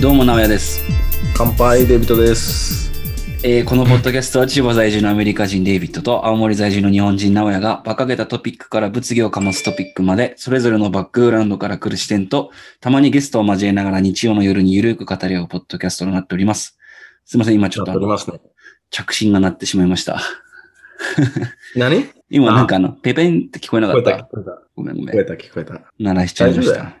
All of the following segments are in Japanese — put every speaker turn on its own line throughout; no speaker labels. どうも、直哉です。
乾杯デビットです
えーこのポッドキャストは千葉在住のアメリカ人デイビッドと青森在住の日本人直哉が馬鹿げたトピックから物議を醸すトピックまでそれぞれのバックグラウンドから来る視点とたまにゲストを交えながら日曜の夜にゆるく語り合うポッドキャストとなっております。すいません、今ちょっと
や
あ
っており
の
ますね
着信が鳴ってしまいました。
何聞
今なんかあの、ペペンって聞こえな
こ
か
え
ったた
聞。こえた
ごめんごめ
聞こ
ん
え。た聞こえた
鳴らしちゃいまし
大丈夫だ
た。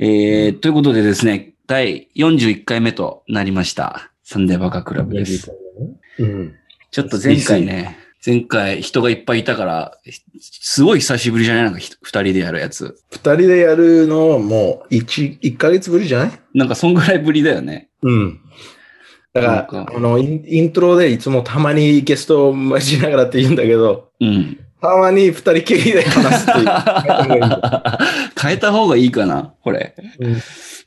えー、ということでですね、第41回目となりました。サンデーバカクラブです。
うん
ちょっと前回ね、前回人がいっぱいいたから、ひすごい久しぶりじゃないなんかひ二人でやるやつ。
二人でやるのもう一一ヶ月ぶりじゃない
なんかそんぐらいぶりだよね。
うんだから
なんか
あのインイントロでいつもたまにゲストを交えながらって言うんだけど
うん。
たまに二人きりで話すっていう
変えた方がいいかなこれ。
うん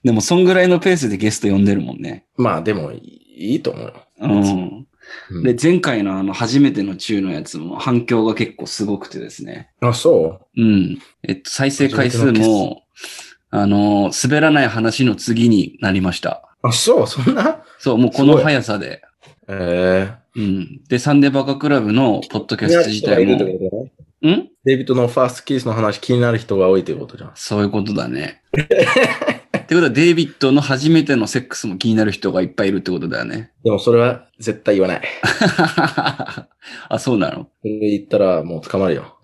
でもそんぐらいのペースでゲスト呼んでるもんね。
まあでもいいと思うよ
うん。
うん
で、前回のあの初めての中のやつも反響が結構すごくてですね。
あそ
うん。えっと、再生回数
初めて
も、あの、滑らない話の次になりました。
うあそうそんな
そう、もうこ
す
の
ごい
速さで。
え
うん。で、サンデーバカクラブのポッドキャ
え
スト自体も、ん
デイビッドのファーストキースの話気になる人が多いということじゃん。
そういうことだね。ってことは、デイビッドの初めてのセックスも気になる人がいっぱいいるってことだよね。
でもそれは絶対言わない。
あ、そうなの
それ言ったらもう捕まるよ。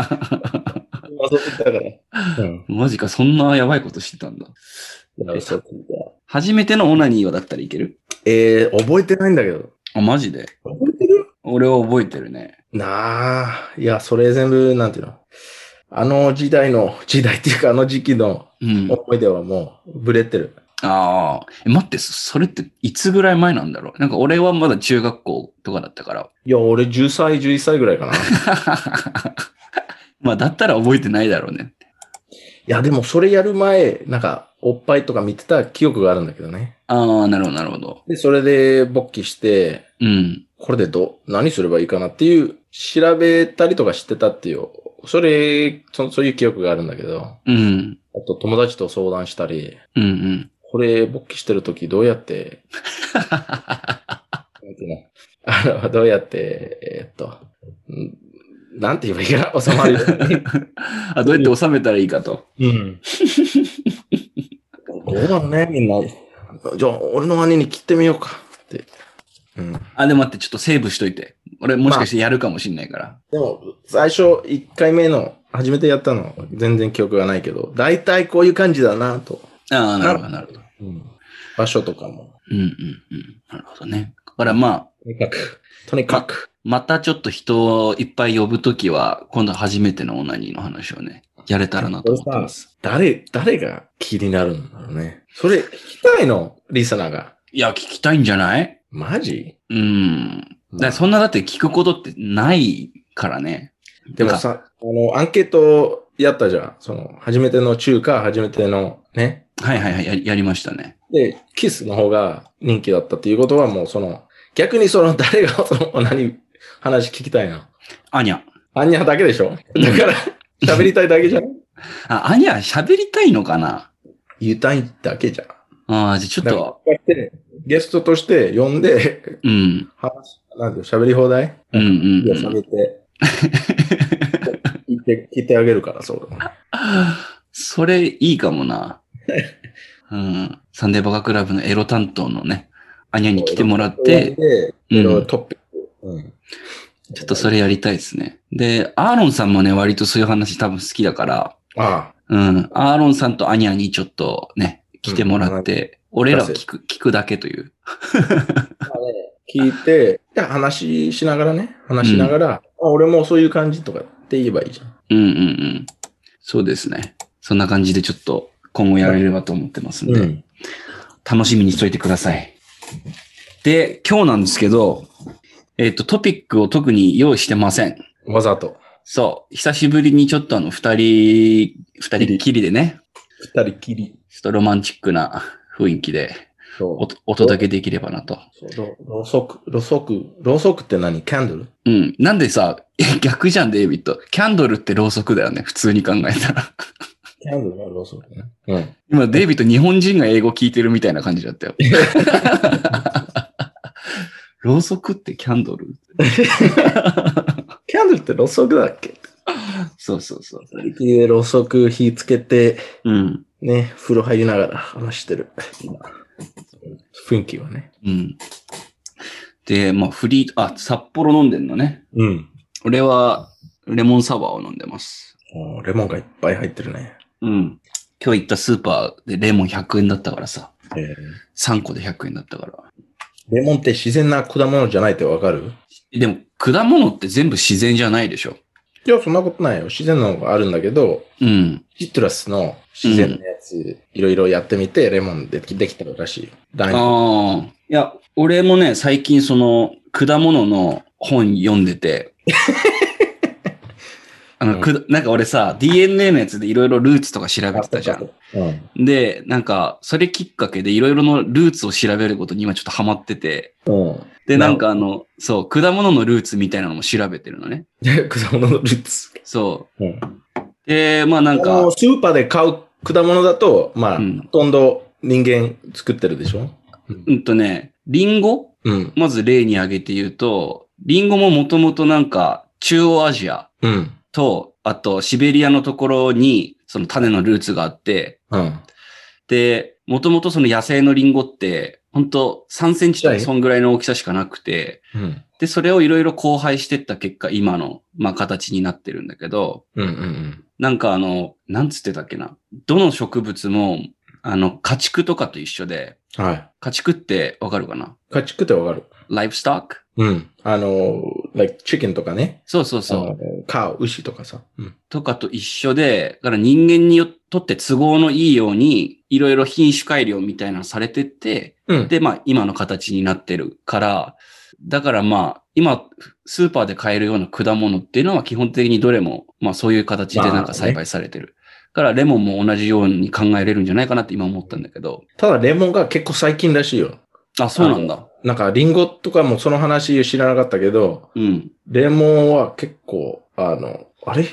謎だから。うん。
マジか、そんなやばいことしてたんだ。
嘘ついた
初めてのオナニーはだったらいける
えー、覚えてないんだけど。
あ、マジで
覚えてる
俺は覚えてるね。
なあ、いや、それ全部、なんていうの。あの時代の、時代っていうかあの時期の
うん。
思い出はもう、ブレてる。
ああ、え待って、そそれっていつぐらい前なんだろうなんか俺はまだ中学校とかだったから。
いや、俺10歳、11歳ぐらいかな。い
まあだったら覚えてないだろうね。
や、でもそれやる前、なんか、おっぱいとか見てた記憶があるんだけどね。
ああ、なるほど、なるほど。
で、それで勃起して、
うん。
これでど、何すればいいかなっていう、調べたりとかしてたっていう、それ、そそういう記憶があるんだけど、あ
うん。
と友達と相談したり、
うん うん。
これ、勃起してる時どうやって、 なんていうのあの、どうやって、えーっと、んなんて言えばいいかな、収まるように。
あどうやって収めたらいいかと。
うん。 どうだろうね、みんな。じゃあ、俺の兄に切ってみようかって。うん。
あ、でも待って、ちょっとセーブしといて。俺もしかしてやるかもしんないから。
でも、最初、一回目の、初めてやったの、全然記憶がないけど、大体こういう感じだなと。
ああ、なるほど、なるほど。
場所とかも。
うんうんうん。なるほどね。だからまあ、
とにかく。とにかく。
またちょっと人をいっぱい呼ぶときは、今度初めてのオナニーの話をね、やれたらなと思ってます。
誰、誰が気になるんだろうね。それ、聞きたいの、リサナーが。
いや、聞きたいんじゃない
マジ
うん。だからそんなだって聞くことってないからね。
でもさ、あの、アンケートやったじゃん。その、初めての中華、初めてのね。
はいはいはい、ややりましたね。
で、キスの方が人気だったっていうことはもうその、逆にその誰がその、何、話聞きたいの
アニャ。
アンニャだけでしょだから、喋りたいだけじゃん
あ、アニャ喋りたいのかな
言いたいだけじゃん。
ああ、じゃあちょっ
だから
と、
こうやってゲストとして呼んで、
うん。
話、なんていうの喋り放題
うんうん、
いや、
うん。
喋 って。聞いて、聞いてあげるから、そう。
それいいかもな。うん。サンデーバカクラブのエロ担当のね、アニャに来てもらって、
で、
うん
いろいろトピック。うん。
ちょっとそれやりたいですね。で、アーロンさんもね、割とそういう話多分好きだから、
ああ、
うん。アーロンさんとアニャにちょっとね、来てもらって、俺らを聞く、聞くだけという。
聞いて、で話しながらね、話しながら、あ俺もそういう感じとかって言えばいいじゃん。
うんうんうん。そうですね。そんな感じでちょっと今後やれればと思ってますんで、
うん。
楽しみにしといてください。で、今日なんですけど、えっ、と、トピックを特に用意してません。
わざと。
そう。久しぶりにちょっとあの、二人、二人きりでね、
二人きり。
ちょっとロマンチックな雰囲気で
そ
お、お届けできればなと。
う。そうろろうそく、ろうそく、ろうそくって何キャンドル
うん。なんでさ、え逆じゃん、デイビッド。キャンドルってろうそくだよね、普通に考えたら。
キなるほどなるほど、そうだね。うん。
今、デイビッド日本人が英語聞いてるみたいな感じだったよ。 ろうそくってキャンドル
キャンドルってろうそくだっけ
そうそうそう。
でろうそく火つけて、
うん。
ね、風呂入りながら話してる。雰囲気はね。
うん。で、まあ、フリー、あ、札幌飲んでんのね。
うん。
俺は、レモンサワーを飲んでます。
もうレモンがいっぱい入ってるね。
うん。今日行ったスーパーでレモン100円だったからさ。
えー
3個で100円だったから。
レモンって自然な果物じゃないってわかる
でも、果物って全部自然じゃないでしょ。
いや、そんなことないよ。自然のがあるんだけど、
うん。
シトラスの自然のやつ、いろいろやってみて、レモンでできたらしいよ。大丈
ああ。いや、俺もね、最近その、果物の本読んでて、あの、くだなんか俺さ、DNA のやつでいろいろルーツとか調べてたじゃん。
うん。
で、なんか、それきっかけでいろいろのルーツを調べることに今ちょっとハマってて、
うん。
で、なんかあの、そう、果物のルーツみたいなのも調べてるのね。
で、果物のルーツ。
そ
うん。
う。で、まあなん
あ
か
の、スーパーで買う果物だと、まあ、
うん
ほとんど人間作ってるでしょ
うんとね、リンゴ
うん。
まず例に挙げて言うと、リンゴももともとなんか中央アジア
うん。
と、あとシベリアのところにその種のルーツがあって、
うん。
で、もともとその野生のリンゴって、ほんと3センチと
は
か
い
そんぐらいの大きさしかなくて、
うん。
で、それをいろいろ交配してった結果、今の、まあ、形になってるんだけど、
うん。うん。
なんかあの、なんつってたっけな。どの植物も、あの、家畜とかと一緒で、
はい。
家畜ってわかるかな
家畜ってわかる
ライブスタック
うん。あの、like chicken とかね。
そうそうそう。
う。カウ、牛とかさ。うん。
とかと一緒で、だから人間によとって都合のいいように、いろいろ品種改良みたいなのされてって、
うん。
で、まあ今の形になってるから、だからまあ今スーパーで買えるような果物っていうのは基本的にどれも、まあそういう形でなんか栽培されてる。だからレモンも同じように考えれるんじゃないかなって今思ったんだけど。
ただレモンが結構最近らしいよ。
あ、そうなんだ。
なんかリンゴとかもその話知らなかったけど、
うん。
レモンは結構、あの、あれ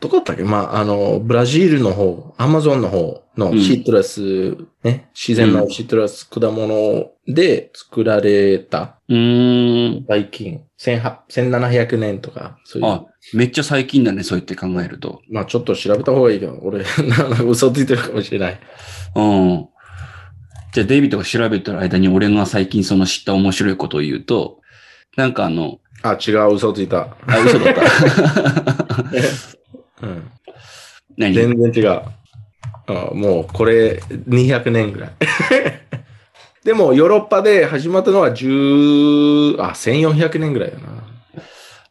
どこだったっけまあ、あの、ブラジルの方、アマゾンの方
う
の
ん
シトラス、ね、自然のシトラス果物で作られた、
うーん。
最近、1800 1700年とか、そういう。
あ、めっちゃ最近だね、そう言って考えると。
まあちょっと調べた方がいいけど、俺、 なんか嘘ついてるかもしれない。
うん。じゃあ、デイビッドが調べてる間に俺が最近その知った面白いことを言うと、なんかあの、
あ、違う、嘘ついた。
あ、嘘 だった。
うん。
何
全然違う。あもうこれ200年ぐらい。 でもヨーロッパで始まったのは10、あ、1400年ぐらいだな。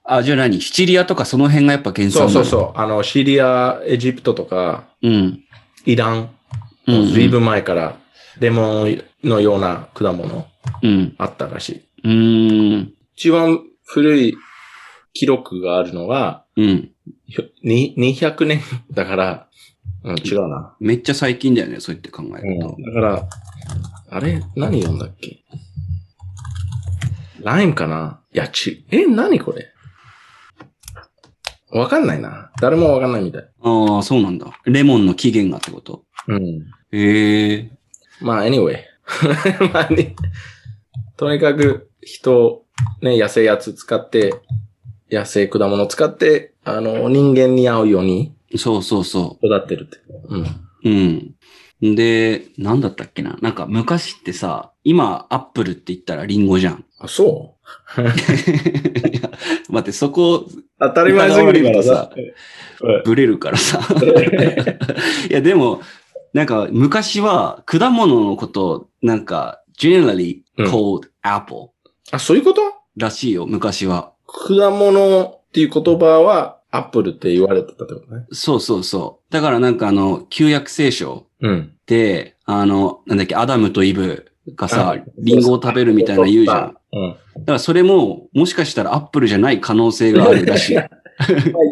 あ、じゃあ何シチリアとかその辺がやっぱ原
そ
産
う
な
そ
の
うそう。あの、シリア、エジプトとか、
う。うん。
イラン、
うん、うん。
ずいぶん前からレモンのような果物
うん。
あったらしい。
うーん。
一番古い記録があるのが、
うん。
ひょに200年だから、うん、違うな。
めっちゃ最近だよね、そう言って考え
うん
ると。
だから、あれ何読んだっけライムかないや、ち、え、何これわかんないな。誰もわかんないみたい。
ああ、そうなんだ。レモンの起源がってこと
うん。
へえ。
まあ、anyway。まあね、とにかく、人を、ね、野生やつ使って、野生果物を使って、あの、人間に合うように
そうそうそ
育ってるって。うん。
う。うん。で、なんだったっけななんか昔ってさ、今、アップルって言ったらリンゴじゃん。
あ、そう
いや待って、そこ
当たり前すぎるからさ。うん
ブレるからさ。いや、でも、なんか昔は果物のことを、なんか、generally
うん
called apple
あ、そういうこと
らしいよ、昔は。
果物っていう言葉はアップルって言われてたってことね。
そうそうそう。だからなんかあの、旧約聖書
うん。
で、あの、なんだっけ、アダムとイブが
あ
さ、リンゴを食べるみたいな言うじゃん。。
うん。
だからそれも、もしかしたらアップルじゃない可能性があるらしい。
まあ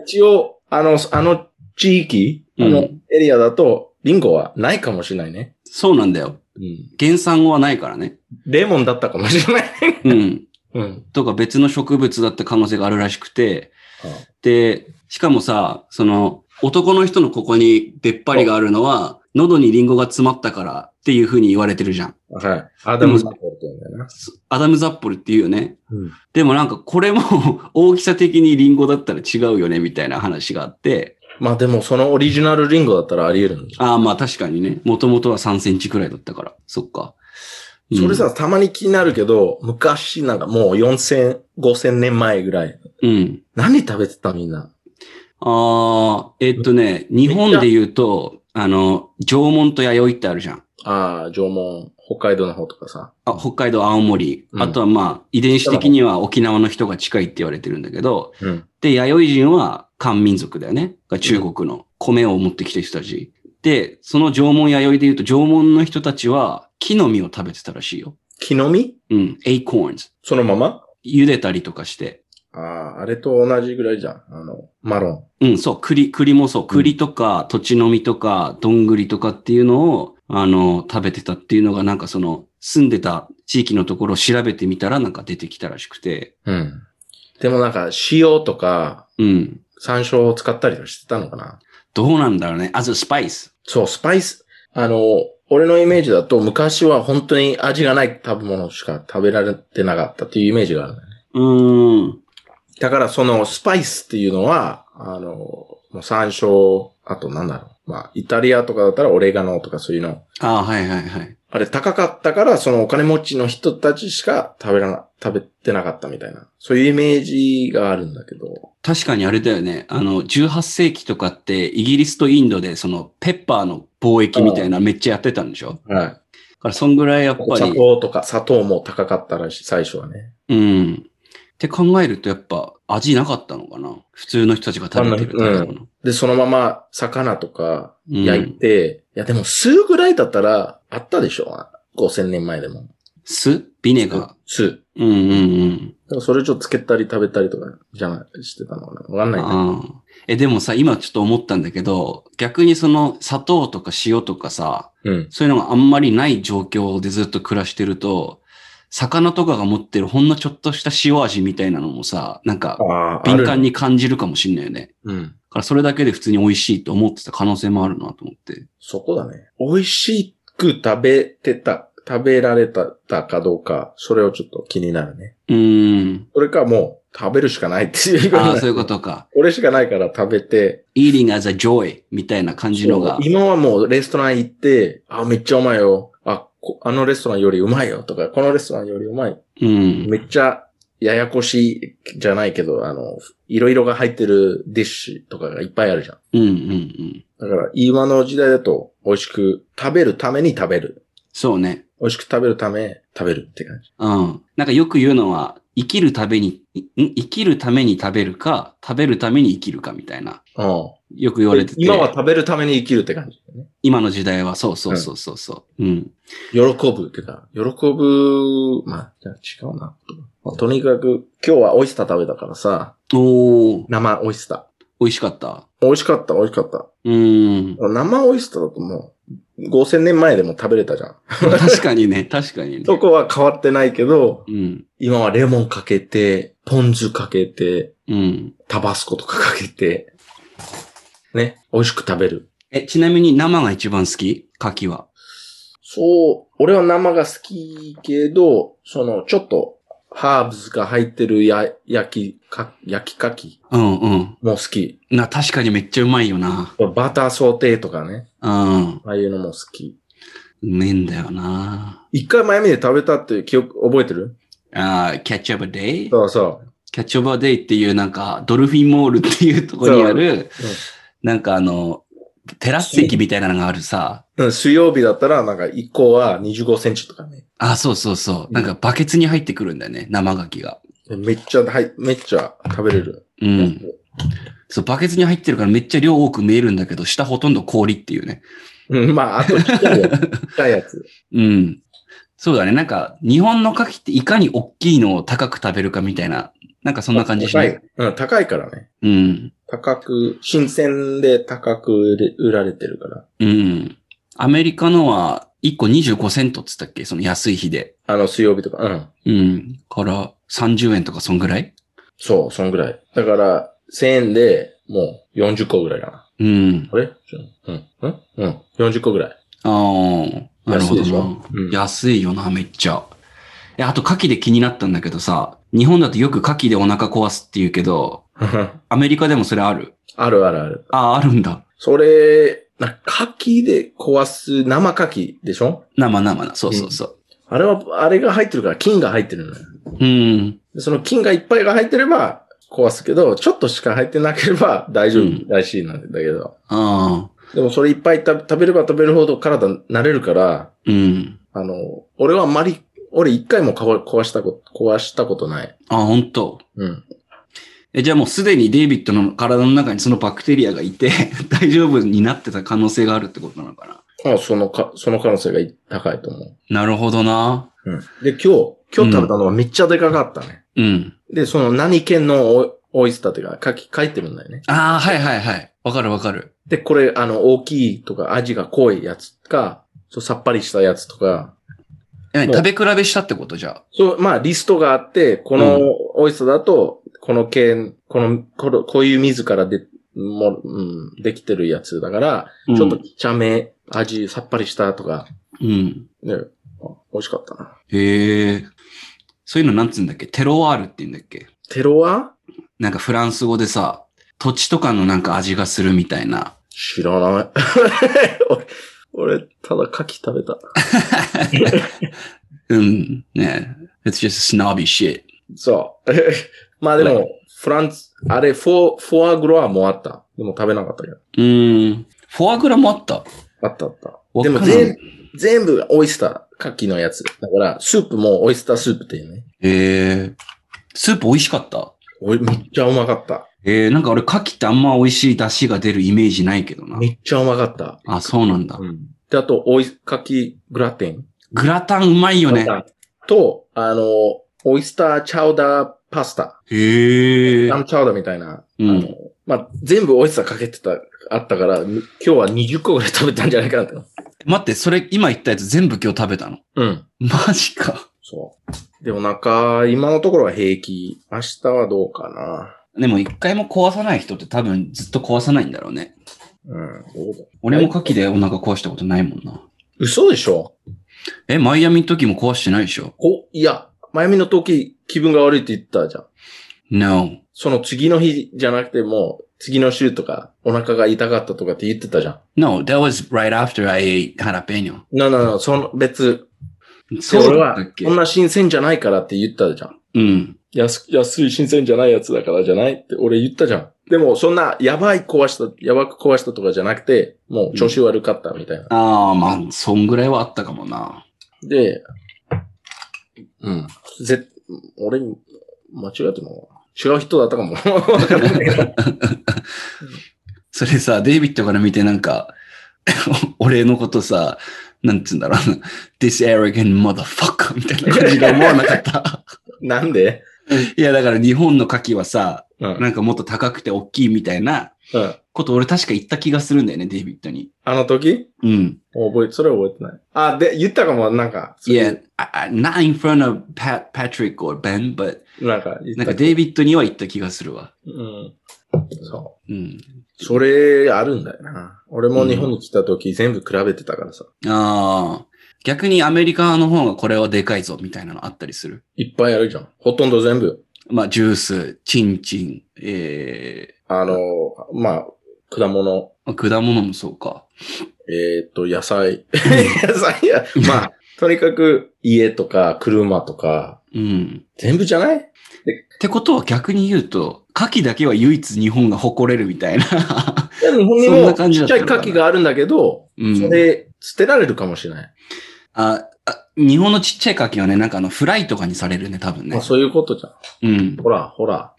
一応、あの、あの地域、あ
う
の
ん
エリアだと、リンゴはないかもしれないね。
そうなんだよ。
うん。
原産語はないからね。
レモンだったかもしれない。
うん。
うん。
とか別の植物だった可能性があるらしくて、
あ
で、しかもさ、その、男の人のここに出っ張りがあるのは、喉にリンゴが詰まったからっていうふうに言われてるじゃん。
はい。アダムサポートなんだよな。
アダム・ザッポルっていうよね。
うん。
でもなんかこれも 大きさ的にリンゴだったら違うよねみたいな話があって、
まあでも、そのオリジナルリンゴだったらあり得るんでしょ
ああまあ確かにね、もともとは3センチくらいだったから、そっか。うん
それ、さ、たまに気になるけど、昔なんかもう4000、5000年前ぐらい。
うん。
何食べてたみんな。
ああ、えっとね、日本で言うと、あの、縄文と弥生ってあるじゃん。
ああ、縄文、北海道の方とかさ。
あ北海道、青森。
うん
あとはまあ、遺伝子的には沖縄の人が近いって言われてるんだけど、
うん。
で、弥生人は漢民族だよね。が中国の米を持ってきた人たち。で、その縄文弥生で言うと、縄文の人たちは木の実を食べてたらしいよ。
木の実
うん、acorns。
そのまま
茹でたりとかして。
ああ、あれと同じぐらいじゃん。あの、マロン。
うん、そう、栗、栗もそう、栗とか、土地の実とか、どんぐりとかっていうのを、あの、食べてたっていうのが、なんかその、住んでた地域のところを調べてみたら、なんか出てきたらしくて。
うん。でもなんか、塩とか、
うん。
山椒を使ったりとかしてたのかな
どうなんだろうね。あと、スパイス。
そう、スパイス。あの、俺のイメージだと、昔は本当に味がない食べ物しか食べられてなかったっていうイメージがある、ね。
うーん。
だから、そのスパイスっていうのは、あの、もう山椒、あとなんだろう。まあ、イタリアとかだったらオレガノとかそういうの。
ああ、はいはいはい。
あれ高かったから、そのお金持ちの人たちしか食べらな、食べてなかったみたいな。そういうイメージがあるんだけど。
確かにあれだよね。あの、18世紀とかって、イギリスとインドで、その、ペッパーの貿易みたいなめっちゃやってたんでしょ
はい。
だから、そんぐらいやっぱ
お砂
り、
糖とか、砂糖も高かったらしい、最初はね。
うん。って考えると、やっぱ、味なかったのかな普通の人たちが食べてる食べ物。
で、そのまま魚とか
うん
焼いて、いやでも酢ぐらいだったらあったでしょ ?5000 年前でも。
酢ビネガ
酢。
ー。うんうんうん。
だからそれちょっとつけたり食べたりとかじゃない、してたのかなわかんないね。
ああ。え、でもさ、今ちょっと思ったんだけど、逆にその、砂糖とか塩とかさ、
うん。
そういうのがあんまりない状況でずっと暮らしてると、魚とかが持ってるほんのちょっとした塩味みたいなのもさ、なんか
ああ、
敏感
に。
に感じるかもしんないよね。
うん。
だからそれだけで普通に美味しいと思ってた可能性もあるなと思って。
そこだね。美味しく食べてた、食べられたかどうか、それをちょっと気になるね。
うーん。
それかもう食べるしかないっていうこと
あ
だ
あ、
ね
そういうことか。
俺しかないから食べて、
eating as a joy みたいな感じのが。
今はもうレストラン行って、あ、めっちゃうまいよ。あ、こあのレストランよりうまいよとか、このレストランよりうまい。
うん。
めっちゃややこしいじゃないけど、あの、いろいろが入ってるディッシュとかがいっぱいあるじゃん。
うんうんうん。
だから今の時代だと美味しく食べるために食べる。
そうね。
美味しく食べるため食べるって感じ。
うん。なんかよく言うのは、生きるために、ん生きるために食べるか、食べるために生きるかみたいな。
うん。
よく言われてて。
今は食べるために生きるって感じ、ね。
今の時代は、そうそうそうそうそう。うん。
喜ぶっていうか、喜ぶ、まあ、じゃあ違うな。まあとにかく、今日はオイスター食べたからさ、
おー、
生オイスタ
美味しかった。
ー。美味しかった、美味しかった。
う ーん。
生オイスターだともう、5000年前でも食べれたじゃん。
確かにね、確かにね。
そこは変わってないけど、
うん。
今はレモンかけて、ポン酢かけて、
うん。
タバスコとかかけて、ね、美味しく食べる。
え、ちなみに生が一番好き牡蠣は。
そう、俺は生が好きけど、その、ちょっと、ハーブズが入ってるや、焼き、か、焼きかき
うんうん。
も好き。
な、確かにめっちゃうまいよな。
バターソーテーとかね、
うん。
ああいうのも好き。
うめえんだよな。
一回前ミで食べたっていう記憶、覚えてる
あーキャッチオブデイ
そうそう。
キャッチオブデイっていうなんか、ドルフィンモールっていうとこにある、なんかあの、テラス席みたいなのがあるさ。
うん、水曜日だったら、なんか1個は25センチとかね。
あ、そうそうそう。なんかバケツに入ってくるんだよね、生牡蠣が。
めっちゃ、はい、めっちゃ食べれる。
うん。そう、バケツに入ってるからめっちゃ量多く見えるんだけど、下ほとんど氷っていうね。
うん、まあ、あとちっちゃ いやつ。ちっちゃいやつ。
うん。そうだね。なんか、日本の牡蠣っていかに大きいのを高く食べるかみたいな、なんかそんな感じしない。
高い。うん、高いからね。
うん。
高く、新鮮で高く売れ売られてるから。
うん。アメリカのは1個25セントっつったっけその安い日で。
あの、水曜日とか。うん。
うん。から30円とかそんぐらい
そう、そんぐらい。だから、1000円でもう40個ぐらいかな。
うん。
あれうん。うんうん。40個ぐらい。
ああ、なる
安
ほ
い
ど
でしょ
な。
うん
安いよな、めっちゃ。え、あと、牡蠣で気になったんだけどさ、日本だとよく牡蠣でお腹壊すって言うけど、アメリカでもそれある
あるあるある。
ああ、あるんだ。
それ、な、牡蠣で壊す生牡蠣でしょ
生生な。そうそうそう。
あれは、あれが入ってるから菌が入ってるのよ。
うん。
でその菌がいっぱいが入ってれば壊すけど、ちょっとしか入ってなければ大丈
うん
夫らしいなんだけど。
ああ、
でもそれいっぱい食べ食べれば食べるほど体慣れるから、
うん。
あの、俺はあんまり、俺一回もかわ壊したこと、壊したことない。
あ、本当。
うん。
え、じゃあもうすでにデイビッドの体の中にそのバクテリアがいて、 大丈夫になってた可能性があるってことなのかな
まあ、そのか、その可能性が高いと思う。
なるほどな。
うん。で、今日、今日食べたのはめっちゃでかかったね。
うん。
で、その何県のオイオイスターっていうか、書き、書いてるんだよね。
ああ、はいはいはい。わかるわかる。
で、これ、あの、大きいとか、味が濃いやつか、そうさっぱりしたやつとか、
え、
もう
食べ比べしたってことじゃあ。
そう、まあ、リストがあって、このオイスターだと、この県、この、この、こういう水からで、もう、うん、できてるやつだから、
うん
ちょっと茶目、味さっぱりしたとか、
うん。
ね、あ美味しかったな。
へえ。そういうのなんつうんだっけテロワールって言うんだっけ
テロワ
なんかフランス語でさ、土地とかのなんか味がするみたいな。
知らない。 俺、俺、ただ牡蠣食べた。
うん。ね It's just snobby shit.
そう。まあ でも、フランス、あれ、フォー、フォアグロアもあった。でも食べなかったけど。
うーん。フォアグラもあった。
あったあった。
わか
で
ん
も
ない
全、全部がオイスター、牡蠣のやつ。だから、スープもオイスタースープっていうね。
へえ。スープ美味しかった
おい、めっちゃうまかった。
えー、なんか俺、牡蠣ってあんま美味しい出汁が出るイメージないけどな。
めっちゃうまかった。
あ、そうなんだ。
うん。で、あと、オイ、牡蠣グラテン。
グラタンうまいよね。
と、あの、オイスターチャウダーパスタ。
へえ。
ラムチャウダーみたいな。
うん
あのまあ、全部オイスターかけてた、あったから、今日は20個ぐらい食べたんじゃないかなって。
待って、それ今言ったやつ全部今日食べたの。
うん。
マジか。
そう。で、お腹、今のところは平気。明日はどうかな。
でも一回も壊さない人って多分ずっと壊さないんだろうね。
うん、どうだ。
俺も牡蠣でお腹壊したことないもんな。
嘘でしょ
え、マイアミの時も壊してないでしょ
お、いや、前見の時、気分が悪いって言ったじゃん。
?No.
その次の日じゃなくても、次の週とか、お腹が痛かったとかって言ってたじゃん。
No, that was right after I ate jalapeno.
ななな、その別。
そう
俺
だっ
は
たっ、け
こんな新鮮じゃないからって言ったじゃん。
うん。
安、安い新鮮じゃないやつだからじゃないって俺言ったじゃん。でも、そんな、やばい壊した、やばく壊したとかじゃなくて、もう調子悪かったみたいな。
ああ、まあ、そんぐらいはあったかもな。
で、うん。ぜ、俺に、間違っても、違う人だったかも。 わかんないけど
それさ、デイビッドから見てなんか、 俺のことさ、なんつうんだろう な、this arrogant motherfucker みたいな感じで思わなかった。
なんで
いや、だから日本の牡蠣はさ、
うん。うん
なんかもっと高くて大きいみたいなこと俺確か言った気がするんだよね、デイビッドに。
あの時
うん。
覚え、それは覚えてない。あ、で、言ったかも、なんか。そう
Yeah, I, I, not in front of Pat, Patrick or Ben, but
なんか言
なんか
った。
デイビッドには言った気がするわ。
うん。そ
うん。
う。それ、あるんだよな。俺も日本に来た時、全部比べてたからさ。
ああ。逆にアメリカの方がこれはでかいぞみたいなのあったりする。
いっぱいあるじゃん。ほとんど全部。
まあ、ジュース、チンチン、え
あの、まあ、果物、
ー、果物もそうか。
えーっと、野菜。 野菜や。まあ、とにかく、家とか、車とか、
うん。
全部じゃない
ってことは逆に言うと、牡蠣だけは唯一日本が誇れるみたいな。
いや日本に
そんな
も
感じ
ち
だっ
ったち
の
ゃ
かな
い牡蠣があるんだけど、
うん
それ捨てられるかもしれない。
ああ日本のちっちゃい牡蠣はね、なんかあの、フライとかにされるね、多分
ま
ね
あ。そういうことじゃん。
うん。
ほら、ほら。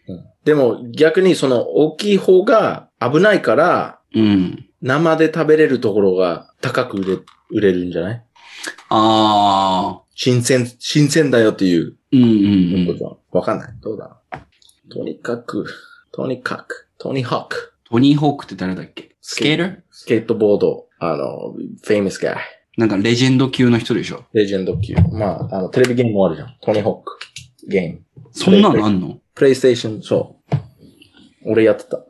でも逆にその大きい方が危ないから、
うん。
生で食べれるところが高く売れ売れるんじゃない
ああ。
新鮮、新鮮だよっていう
うんう
こ
んう
と
ん。
じゃん。わかんない。どうだとにかく、とにかく、トニーハック、
トニーホークって誰だっけスケーター
スケートボード、あの、フェイミスガイ、
なんかレジェンド級の人でしょ。
レジェンド級。まあ、あの、テレビゲームもあるじゃん。トニーホック、ゲーム。
そんなのあんの
プレイステーション、そう。俺やってた。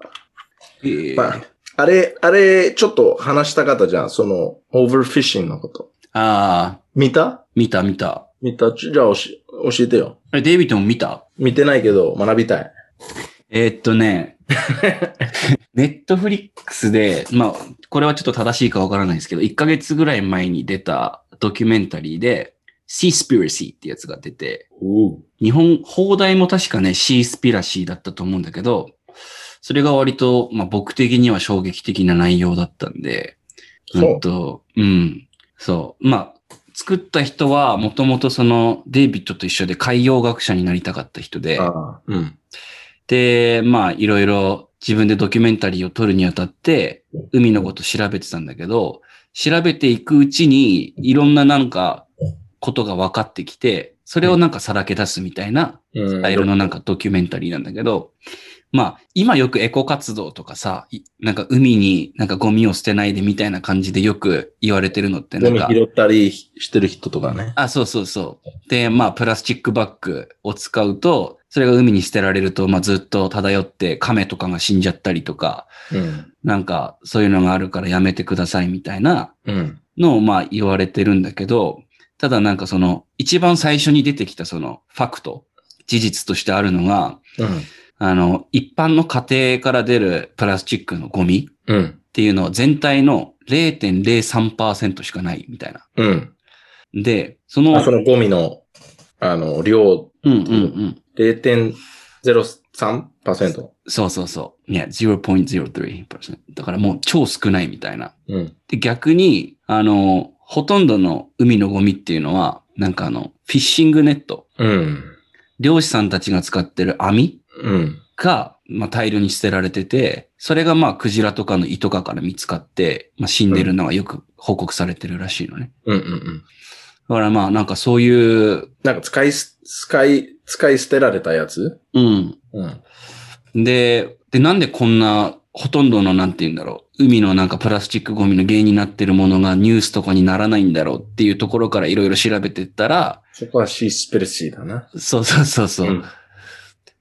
ええ
まあ、あれ、あれ、ちょっと話したかったじゃん。その、オーバーフィッシングのこと。
ああ、
見た
見た見た。
見たちじゃあ教え教えてよ。
え、デイビッドも見た
見てないけど、学びたい。
えーっと ね、ネットフリックスで、まあ、これはちょっと正しいかわからないですけど、1ヶ月ぐらい前に出たドキュメンタリーで、シースピラシーってやつが出て、
おう。
日本、放題も確かね、シースピラシーだったと思うんだけど、それが割と、まあ、僕的には衝撃的な内容だったんで、
そ
んと、うん。そう。まあ、作った人は、もともとその、デイビッドと一緒で海洋学者になりたかった人で
う。、ああ、うん。
で、まあ、いろいろ自分でドキュメンタリーを撮るにあたって、海のこと調べてたんだけど、調べていくうちに、いろんななんか、ことが分かってきて、それをなんかさらけ出すみたいな、
う
スタイルのなんかドキュメンタリーなんだけど、まあ、今よくエコ活動とかさ、いなんか海になんかゴミを捨てないでみたいな感じでよく言われてるのってな
ゴ
ん
ミ
か、
拾ったりしてる人とかね。
あ、そうそうそう。で、まあ、プラスチックバッグを使うと、それが海に捨てられると、まあ、ずっと漂って亀とかが死んじゃったりとか、
うん。
なんか、そういうのがあるからやめてくださいみたいな
うん。
のを、まあ、言われてるんだけど、ただなんかその、一番最初に出てきたその、ファクト、事実としてあるのが、
うん。
あの、一般の家庭から出るプラスチックのゴミっ
うん。
ていうのは全体の0.03%しかないみたいな。
うん。
で、その、
あそのゴミの、あの、量、
うんうんうん。
0.03%。
そうそうそう。いや、0.03%。だからもう超少ないみたいな。
うん。
で、逆に、あの、ほとんどの海のゴミっていうのは、なんかあの、フィッシングネット。
うん。
漁師さんたちが使ってる網
うん。
が、まあ、大量に捨てられてて、それがまあ、クジラとかの胃とかから見つかって、まあ、死んでるのがよく報告されてるらしいのね。
うん。うん。
だからまあ、なんかそういう、
なんか使いす、使い、使い捨てられたやつ
うん。
うん。
で、で、なんでこんな、ほとんどの、なんて言うんだろう、海のなんかプラスチックゴミの原因になってるものがニュースとかにならないんだろうっていうところからいろいろ調べてったら、
そこはシースペルシーだな。
そうそうそうそう、
うん。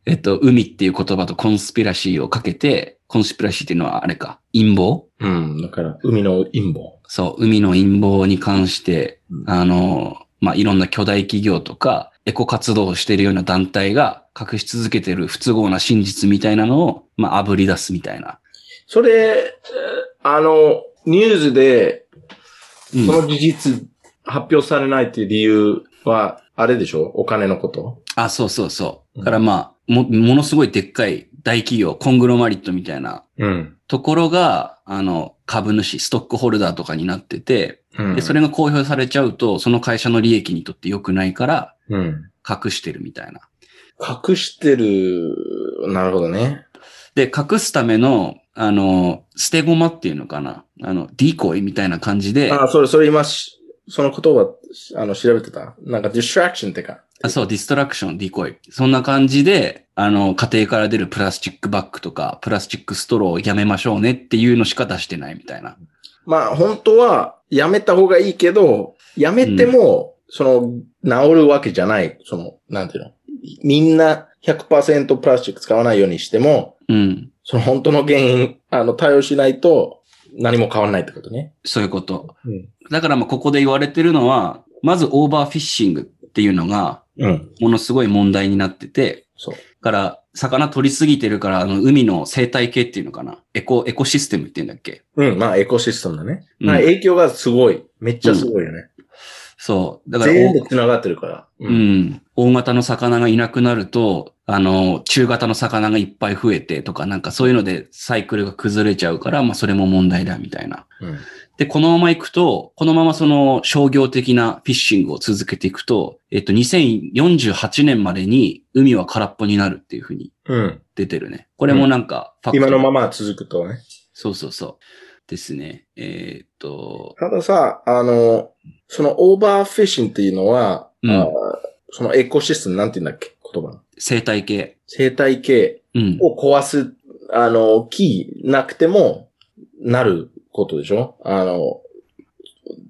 えっと、海っていう言葉とコンスピラシーをかけて、コンスピラシーっていうのはあれか、陰謀
うん。だから、海の陰謀。
そう、海の陰謀に関して、
うん
あの、まあ、いろんな巨大企業とか、エコ活動をしているような団体が隠し続けてる不都合な真実みたいなのを、まあ、炙り出すみたいな。
それ、えーあの、ニュースで、
うん
その事実発表されないっていう理由は、あれでしょお金のこと
あ、そうそうそう。
うん
だからまあ、も、ものすごいでっかい大企業、コングロマリットみたいな
うん。
ところが、あの、株主、ストックホルダーとかになってて、
うん。
で、それが公表されちゃうと、その会社の利益にとって良くないから、
うん。
隠してるみたいな。
隠してる、なるほどね。
で、隠すための、あの、捨て駒っていうのかな。あの、ディコイみたいな感じで、
あ、それ、それ今し、その言葉、あの、調べてた。なんか、ディストラクションってか。
あそう、ディストラクション、ディコイ。そんな感じで、あの、家庭から出るプラスチックバッグとか、プラスチックストローをやめましょうねっていうのしか出してないみたいな。
まあ、本当は、やめた方がいいけど、やめても、その、治るわけじゃない。その、なんていうのみんな100%プラスチック使わないようにしても、
うん。
その本当の原因、あの、対応しないと、何も変わらないってことね。
そういうこと。
うん
だから、まあ、ここで言われてるのは、まずオーバーフィッシングっていうのが、
うん。
ものすごい問題になってて、
そう。
だから、魚取りすぎてるから、あの、海の生態系っていうのかな。エコ、エコシステムって言うんだっけ
うん、まあ、エコシステムだね。
うん
まあ影響がすごい。めっちゃすごいよね。
そう。だから、
全部繋がってるから。う
う。ん。大型の魚がいなくなると、あの、中型の魚がいっぱい増えてとか、なんかそういうのでサイクルが崩れちゃうから、まあそれも問題だみたいな。
うん。
で、このまま行くと、このままその商業的なフィッシングを続けていくと、えっと、2048年までに海は空っぽになるっていうふうに
うん。
出てるね。これもなんかファクト
今のまま続くとね。
そうそうそう。ですね。えーっと、
たださ、あの、そのオーバーフィッシングっていうのは、
うん
あーそのエコシステムなんて言うんだっけ言葉の。
生態系。
生態系
うん。
を壊す、あの、キーなくても、なることでしょあの、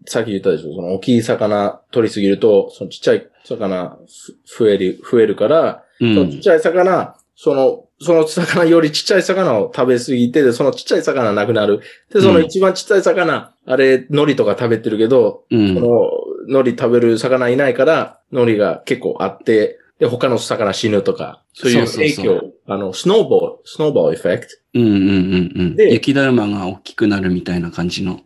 さっき言ったでしょその大きい魚取りすぎると、そのちっちゃい魚ふ増える、増えるから、
う
そのちっ
ん。
ちゃい魚、その、その魚よりちっちゃい魚を食べ過ぎて、で、そのちっちゃい魚なくなる。で、その一番ちっちゃい魚、あれ、海苔とか食べてるけど、
う
そ
ん。
の、海苔食べる魚いないから、海苔が結構あって、で、他の魚死ぬとか、そういう
そう
影響、
そうそう
あの、スノーボール、スノーボールエフェクト。
うんうんうんうん。
で
雪だるまが大きくなるみたいな感じの。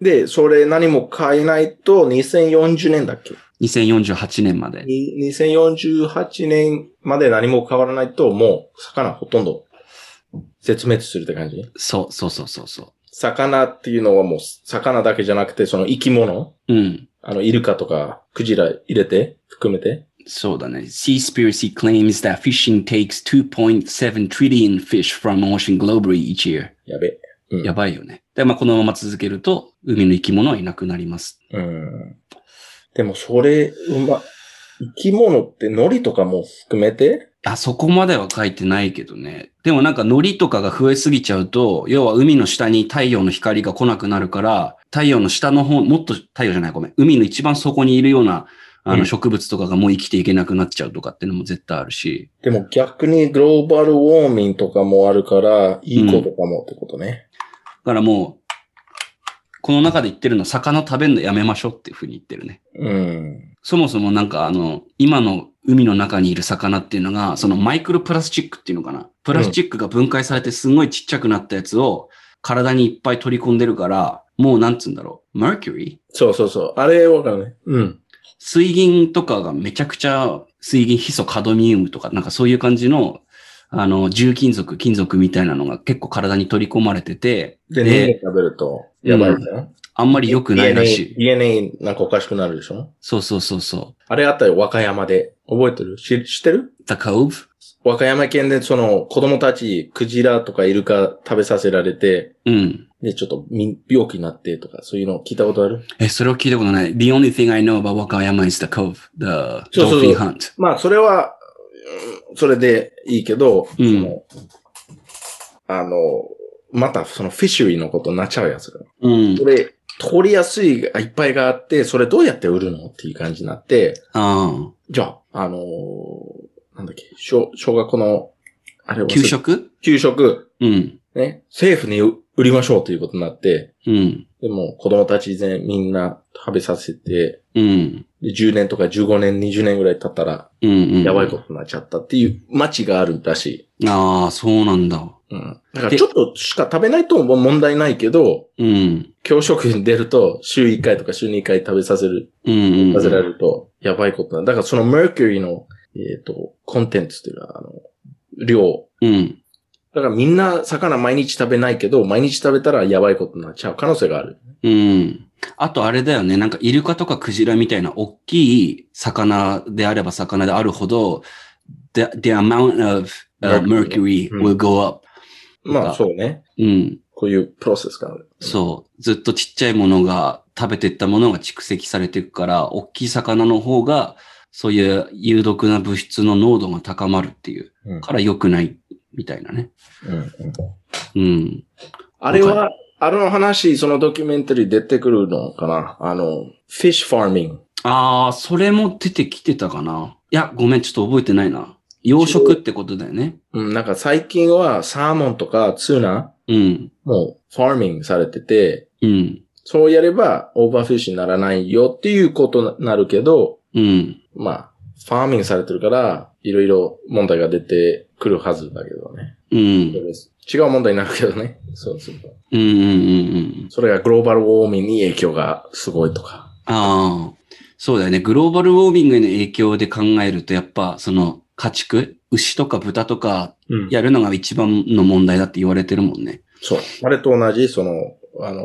で、それ何も変えないと、2040年だっけ
2048年まで。
に ?2048 年まで何も変わらないと、もう、魚ほとんど、絶滅するって感じ
そうそうそうそうそ
魚っていうのはもう、魚だけじゃなくて、その生き物
う。うん。
あの、イルカとか、クジラ入れて、含めて。
そうだね。Seaspiracy claims that fishing takes 2.7 trillion fish from ocean globally each year.
やべ。うん
やばいよね。で、まあ、このまま続けると、海の生き物はいなくなります。
うん。でも、それ、うま、生き物って海苔とかも含めて
あ、そこまでは書いてないけどね。でもなんか海苔とかが増えすぎちゃうと、要は海の下に太陽の光が来なくなるから、太陽の下の方、もっと太陽じゃない、ごめん。海の一番底にいるような、あ
う
の
ん
植物とかがもう生きていけなくなっちゃうとかっていうのも絶対あるし。
でも逆にグローバルウォーミングとかもあるから、いいことかもってことね。
だからもう、この中で言ってるのは魚食べるのやめましょうっていうふうに言ってるね。
うん。
そもそもなんかあの、今の海の中にいる魚っていうのが、そのマイクロプラスチックっていうのかな。プラスチックが分解されてすごいちっちゃくなったやつを体にいっぱい取り込んでるから、もうなんつうんだろう。マーキュリー
そうそうそう。あれわかるね。うん。
水銀とかがめちゃくちゃ水銀ヒ素カドミウムとかなんかそういう感じの、あの、重金属、金属みたいなのが結構体に取り込まれてて、
で、
ね
人間食べると、やばいじゃん。
あんまり良くないらしい。
DNA、DNA なんかおかしくなるでしょ
そうそうそうそ
あれあったよ、和歌山で。覚えてるし知ってる
う。The Cove?
和歌山県でその子供たち、クジラとかイルカ食べさせられて、
うん。
で、ちょっとみ病気になってとか、そういうの聞いたことある
え、それを聞いたことない。The only thing I know about 和歌山is the cove, the
そうそうそう
dolphin hunt.
まあ、それは、うんそれでいいけど、
うん
そのあの、またそのフィッシュリーのことになっちゃうやつが。
うん
そ。れ、取りやすいがいっぱいがあって、それどうやって売るのっていう感じになって、
あ
じゃあ、あのーなんだっけ、小、小学校の、あれ
あ。
は、
給食
給食、
うん。
ね、政府に売りましょうということになって、
うん。
でも子供たち全員みんな食べさせて、
うん。
で10年とか15年、20年ぐらい経ったら、
うん。うん
やばいことになっちゃったっていう街があるらし
ああ、そうなんだ。
い。うん。だから
で
ちょっとしか食べないとも問題ないけど、
うん。
教職に出ると週1回とか週2回食べさせる、
うんうんうん。
食べさせられるとやばいことなだからその Mercury の、えっ、と、コンテンツっていうのは、あの、量。
うん。
だからみんな魚毎日食べないけど、毎日食べたらやばいことになっちゃう可能性がある。
うん。あとあれだよね。なんかイルカとかクジラみたいな大きい魚であれば魚であるほど、the, the amount of、uh, mercury
うん
will go up.
まあそうね。
うん。
こういうプロセスがある。
そう。ずっとちっちゃいものが、食べてったものが蓄積されていくから、大きい魚の方が、そういう有毒な物質の濃度が高まるっていう
うん
から良くないみたいなね。
うんうん
うん。
あれは、あれの話、そのドキュメンタリー出てくるのかなあの、フィッシュファーミング。
ああ、それも出てきてたかな。いや、ごめん、ちょっと覚えてないな。養殖ってことだよね。
うん、なんか最近はサーモンとかツナ
うん。
もうファーミングされてて、
うん。
そうやればオーバーフィッシュにならないよっていうことになるけど、
うん。
まあ、ファーミングされてるから、いろいろ問題が出てくるはずだけどね。
うん。うん
そうです違う問題になるけどね。そうそう。
うんうんうん。
それがグローバルウォーミングに影響がすごいとか。
ああ、そうだよね。グローバルウォーミングへの影響で考えると、やっぱ、その、家畜、牛とか豚とか
うん
やるのが一番の問題だって言われてるもんね。
そう。あれと同じ、その、あの、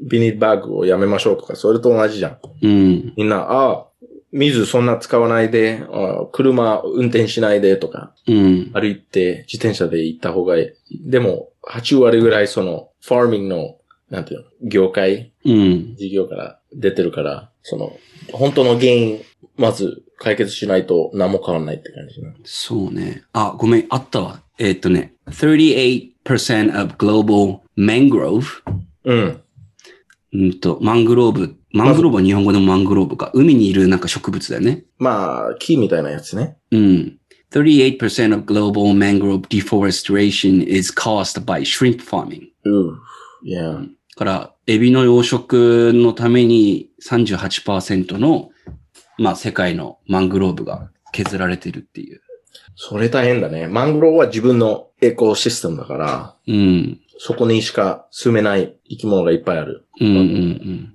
ビニールバッグをやめましょうとか、それと同じじゃん。
うん。
みんな、ああ、水そんな使わないで、ああ車運転しないでとか、
うん。
歩いて自転車で行った方がいい。でも、8割ぐらいその、ファーミングの、なんていうの、業界、
うん。
事業から出てるから、その、本当の原因、まず解決しないと何も変わらないって感じな。
そうね。あ、ごめん、あったわ。えーっとね、38% of global mangrove
うん。
うんと、マングローブ。マングローブは日本語でもマングローブか。海にいるなんか植物だよね。
まあ、木みたいなやつね。
うん。 38% of global mangrove deforestation is caused by shrimp farming.
Ooh. Yeah.
から、エビの養殖のために38%の、まあ、世界のマングローブが削られてるっていう。
それ大変だね。マングローブは自分のエコシステムだから、
うん。
そこにしか住めない生き物がいっぱいある。
うんうんうん。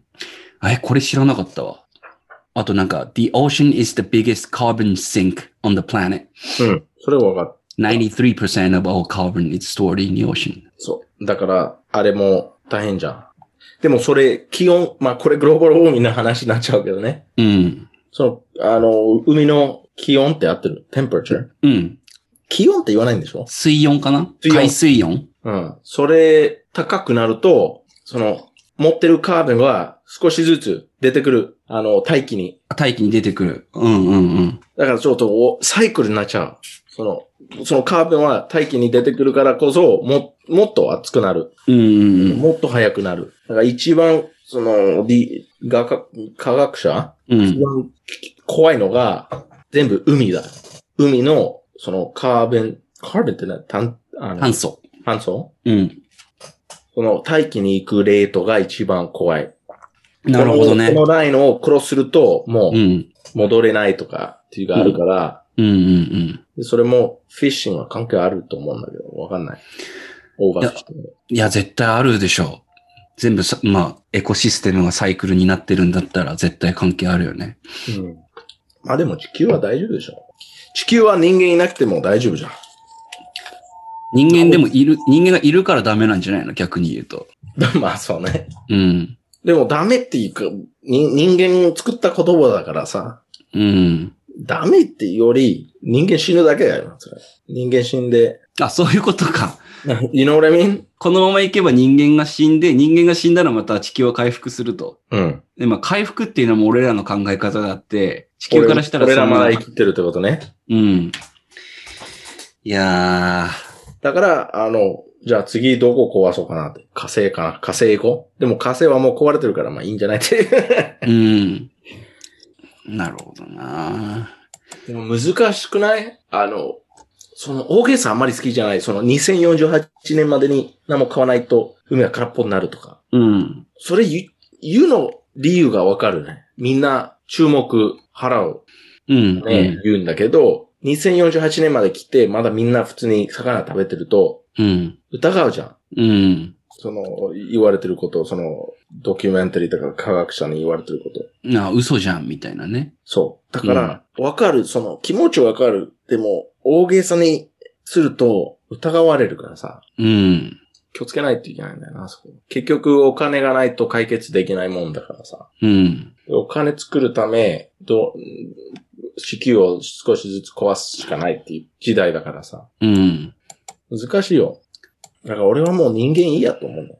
え、これ知らなかったわ。あとなんか、The ocean is the biggest carbon sink on the planet.
うん。それは分かっ
93% of all carbon is stored in the ocean.
そう。だから、あれも大変じゃん。でもそれ、気温、まあこれグローバルウォーミングの話になっちゃうけどね。
うん。
その、あの、海の気温って合ってる。temperature?
うん。
気温って言わないんでしょ
水温かな
水温
海水温
うん。それ、高くなると、その、持ってるカーボンが少しずつ出てくる。あの、大気に。
大気に出てくる。うんうんうん。
だからちょっとお、サイクルになっちゃう。その、そのカーボンは大気に出てくるからこそ、も、もっと熱くなる。
うんうんうん。
もっと早くなる。だから一番、その、りがか科学者
うん
一。番怖いのが、全部海だ。海の、その、カーボン、カーボンってな、炭、あの
炭素。
炭素
うん。
その、大気に行くレートが一番怖い。
なるほどね
こ。のこのラインをクロスすると、も
う。
うん戻れないとかっていうがあるから、
うんうんうん。
でそれもフィッシングは関係あると思うんだけど、わかんない。オーバーフィッシング
いや、絶対あるでしょう。全部さ、まあ、エコシステムがサイクルになってるんだったら絶対関係あるよね。
うん。まあでも地球は大丈夫でしょ。地球は人間いなくても大丈夫じゃん。
人間でもいる、人間がいるからダメなんじゃないの逆に言うと。
まあそうね。
うん。
でもダメっていうか、に人間作った言葉だからさ、
うん。
ダメっていうより、人間死ぬだけだよ、それ。人間死んで。
あ、そういうことか。
you know what I mean?
このままいけば人間が死んで、人間が死んだらまた地球は回復すると。
うん。
で、まあ、回復っていうのも俺らの考え方だって、地球からしたら
俺
そ
ら
んな
まだ生きてるってことね。
うん。いや
だから、あの、じゃあ次どこ壊そうかなって。火星かな火星行こう。でも火星はもう壊れてるから、まあいいんじゃないって。
ー、うん。なるほどな
でも難しくないあの、その大げさあんまり好きじゃない。その2048年までに何も買わないと海が空っぽになるとか。
うん。
それ言う言うの理由がわかるね。みんな注目払う
うん。
ね、言うんだけど、2048年まで来てまだみんな普通に魚食べてると
うん。
疑うじゃん。
うん。
その、言われてること、その、ドキュメンタリーとか科学者に言われてること。
なあ、嘘じゃん、みたいなね。
そう。だから、わ、かる、その、気持ちわかる。でも、大げさにすると、疑われるからさ、
うん。
気をつけないといけないんだよな、そこ。結局、お金がないと解決できないもんだからさ。
うん。
お金作るため、どう、うん地球を少しずつ壊すしかないっていう時代だからさ。
うん。
難しいよ。だから俺はもう人間いいやと 思うんだよ。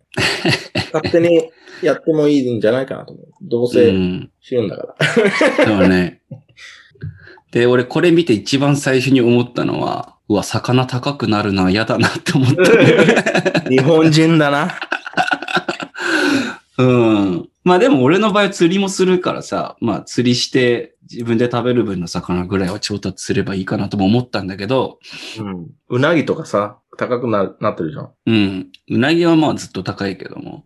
勝手にやってもいいんじゃないかなと思う。どう
う
せ
ん。
死ぬんだから。
そうね。 で、俺これ見て一番最初に思ったのは、うわ、魚高くなるな、嫌だなって思った。
日本人だな。
うん。まあでも俺の場合釣りもするからさ、まあ釣りして自分で食べる分の魚ぐらいは調達すればいいかなとも思ったんだけど、
うん。うなぎとかさ、高くななってるじゃん。
うん。うなぎはまあずっと高いけども。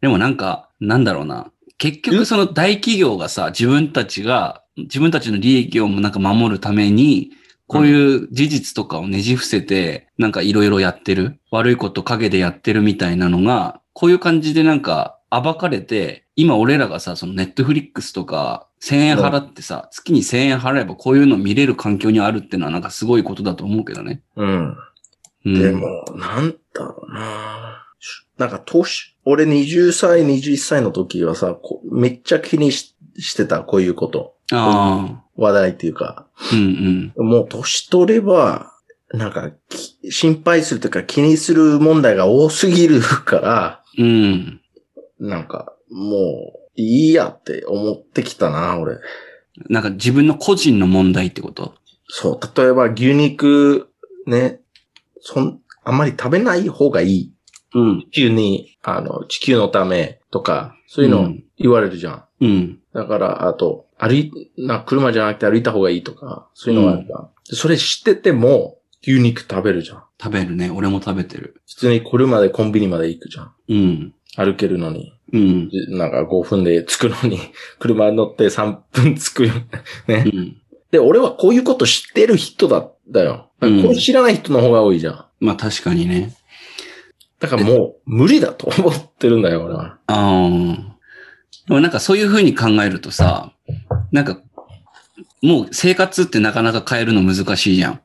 でもなんか、なんだろうな。結局その大企業がさ、自分たちが、自分たちの利益をなんか守るために、こういう事実とかをねじ伏せて、なんかいろいろやってる。悪いこと陰でやってるみたいなのが、こういう感じでなんか暴かれて、今俺らがさ、そのネットフリックスとか、1000円払ってさ、月に1000円払えばこういうの見れる環境にあるってのはなんかすごいことだと思うけどね。
うん。
うん、
でも、なんだろうな。しなんか年、俺20歳、21歳の時はさ、こめっちゃ気にししてた、こういうこと。
あ
話題っていうか。
あ、うんうん。
もう年取れば、なんか、き心配するというか気にする問題が多すぎるから、
うん。
なんか、もう、いいやって思ってきたな、俺。
なんか自分の個人の問題ってこと
そう、例えば牛肉、ね、そん、あんまり食べない方がいい。
うん。
地球に、あの、地球のためとか、そういうの言われるじゃん。
うん。
だから、あと、歩い、な、車じゃなくて歩いた方がいいとか、そういうのがあるから。でそれ知ってても、牛肉食べるじゃん。
食べるね。俺も食べてる。
普通に車でコンビニまで行くじゃん。
うん。
歩けるのに。
うん。
でなんか5分で着くのに、 車に乗って3分着くよ。
うん。
で、俺はこういうこと知ってる人だ、だよ。だからこれ知らない人の方が多いじゃん。
まあ確かにね。
だからもう、無理だと思ってるんだよ、俺は。
ああ。でもなんかそういうふうに考えるとさ、なんか、もう生活ってなかなか変えるの難しいじゃん。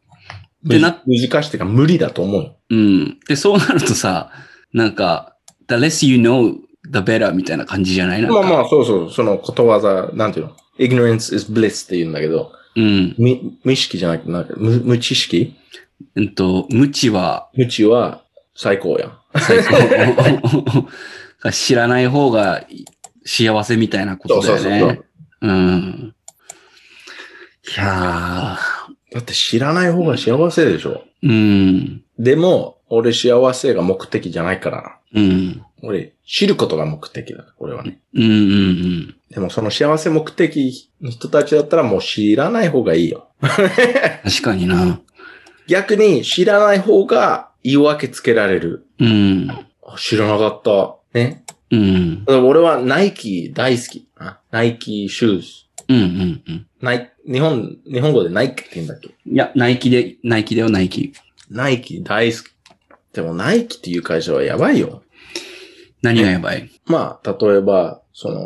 でな
難しいってか無理だと思うよ。
うん。で、そうなるとさ、なんか、the less you know, the better みたいな感じじゃないなん
ま
か。
あまあ、そうそう、そのことわざ、なんていうの ?ignorance is bliss って言うんだけど、
うん。
み無意識じゃなくて、なんか無無知識
えっと、無知は
無知は最高やん。
最高。知らない方が幸せみたいなことだよね。うん。いや
だって知らない方が幸せでしょ。
ー、うん。
でも、俺幸せが目的じゃないから。
うん。
俺、知ることが目的だ。俺はね。
うんうん
でもその幸せ目的の人たちだったらもう知らない方がいいよ。
うん。確かにな。
逆に知らない方が言い訳つけられる。
うん。
あ知らなかった。ね。
うん。
だから俺はナイキ大好き。あナイキシューズ。
うんうんうん。
ナイ、日本、日本語でナイキって言うんだっけ
いや、ナイキで、ナイキだよ、ナイキ。
ナイキ大好き。でもナイキっていう会社はやばいよ。
何がやばい
まあ、例えば、その、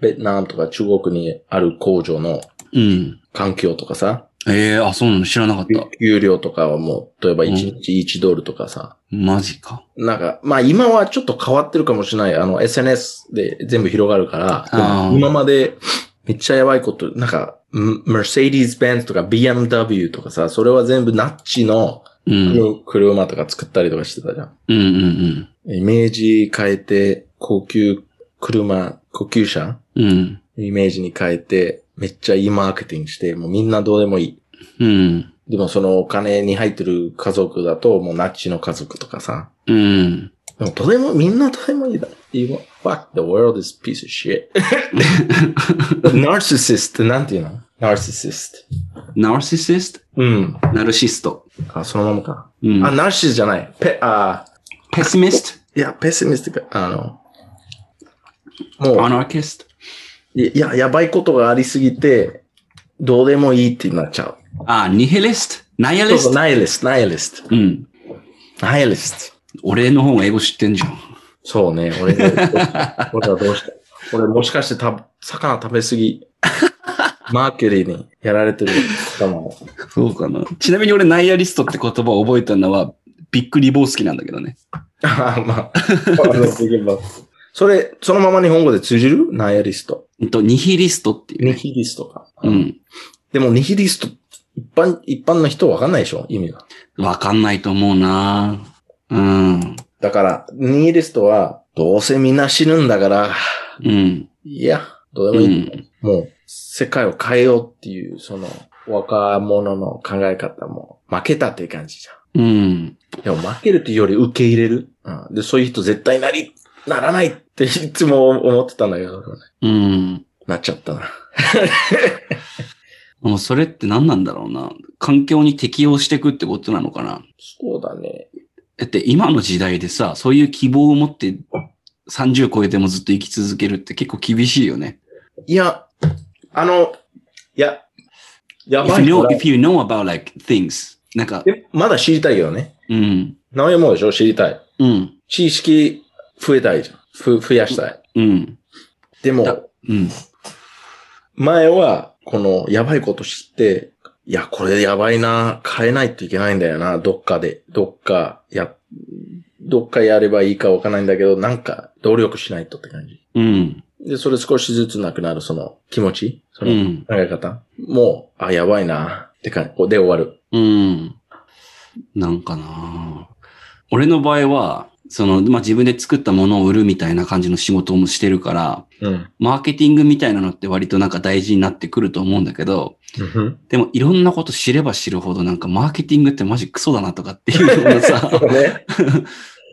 ベトナムとか中国にある工場の
うん。
環境とかさ、
ええー、あ、そうなの知らなかった。
給料とかはもう、例えば
うん
1日1ドルとかさ、
マジか。
なんか、まあ今はちょっと変わってるかもしれない。あの、SNS で全部広がるから、で
あー
も今までめっちゃやばいこと、なんか、メ c e d e s Benz とか BMW とかさ、それは全部ナッチの
うん。うん
車とか作ったりとかしてたじゃん。
うんうん。
イメージ変えて、高級車、高級車
うん。
イメージに変えて、めっちゃいいマーケティングして、もうみんなどうでもいい。
うん。
でもそのお金に入ってる家族だと、もうナッチの家族とかさ。
うん。
でもどうでも、みんなどうでもいいだ。You know, fuck the world is a piece of shit. narcissist ってなんていうの ?narcissist。
ナルシシスト
うん。
ナルシスト。
あ、そのままか。
うん。
あ、ナルシスじゃない。ペ、あ
ペシミス
ー、いや、ペシミスティック、あの、もう
トア、ナーキスト
いや、やばいことがありすぎて、どうでもいいってなっちゃう。
あ、ニヘリストナイア
そう
リ
そ
ス
う
ト
ナイアリスト、ナイアリスト、
うん。
ナイアリスト。
俺の方が英語知ってんじゃん。
そうね、俺が、俺はどうした俺もしかしてた、魚食べすぎ。マーキュリーにやられてるかも。
そうかな。ちなみに俺、ナイアリストって言葉を覚えたのは、ビックリボースキなんだけどね。
ああ、まあ。あの次はそれ、そのまま日本語で通じるナイアリスト。
えっと、ニヒリストっていう
ニ
ね。
ヒリストか。
うん。
でもニヒリスト、一般、一般の人わかんないでしょ意味が。
わかんないと思うなうん。
だから、ニヒリストは、どうせみんな死ぬんだから、
うん。
いや、どう
う
でもいい。
ん。
もう、世界を変えようっていう、その、若者の考え方も、負けたっていう感じじゃ
うん。
ん。でも負けるっていうより受け入れる。うん。で、そういう人絶対なり、ならないっていつも思ってたんだけど、俺ね
うん。
なっちゃったな。
もうそれって何なんだろうな。環境に適応していくってことなのかな。
そうだね。
だって今の時代でさ、そういう希望を持って30超えてもずっと生き続けるって結構厳しいよね。
いや、あの、いや、や
If
ばい
you
か
know,
ら
if you know about like things. なんか、
えまだ知りたいけどね。
うん。
名前もでしょ知りたい。
うん。
知識増えたいじゃん。ふ増やしたい。
うん。
で
だ
も、
うん。
前は、この、やばいこと知って、いや、これやばいな、変えないといけないんだよな、どっかで。どっか、や、どっかやればいいかわかんないんだけど、なんか、努力しないとって感じ。
うん。
で、それ少しずつなくなる、その、気持ちそうの、
ん。
考え方、もう、あ、やばいな、って感じ。で、終わる。
うん。なんかな俺の場合は、その、まあ、自分で作ったものを売るみたいな感じの仕事もしてるから、
うん。
マーケティングみたいなのって割となんか大事になってくると思うんだけど、 でもいろんなこと 知れば知るほどなんかマーケティングってマジクソだなとかっていうようなさ、
ね。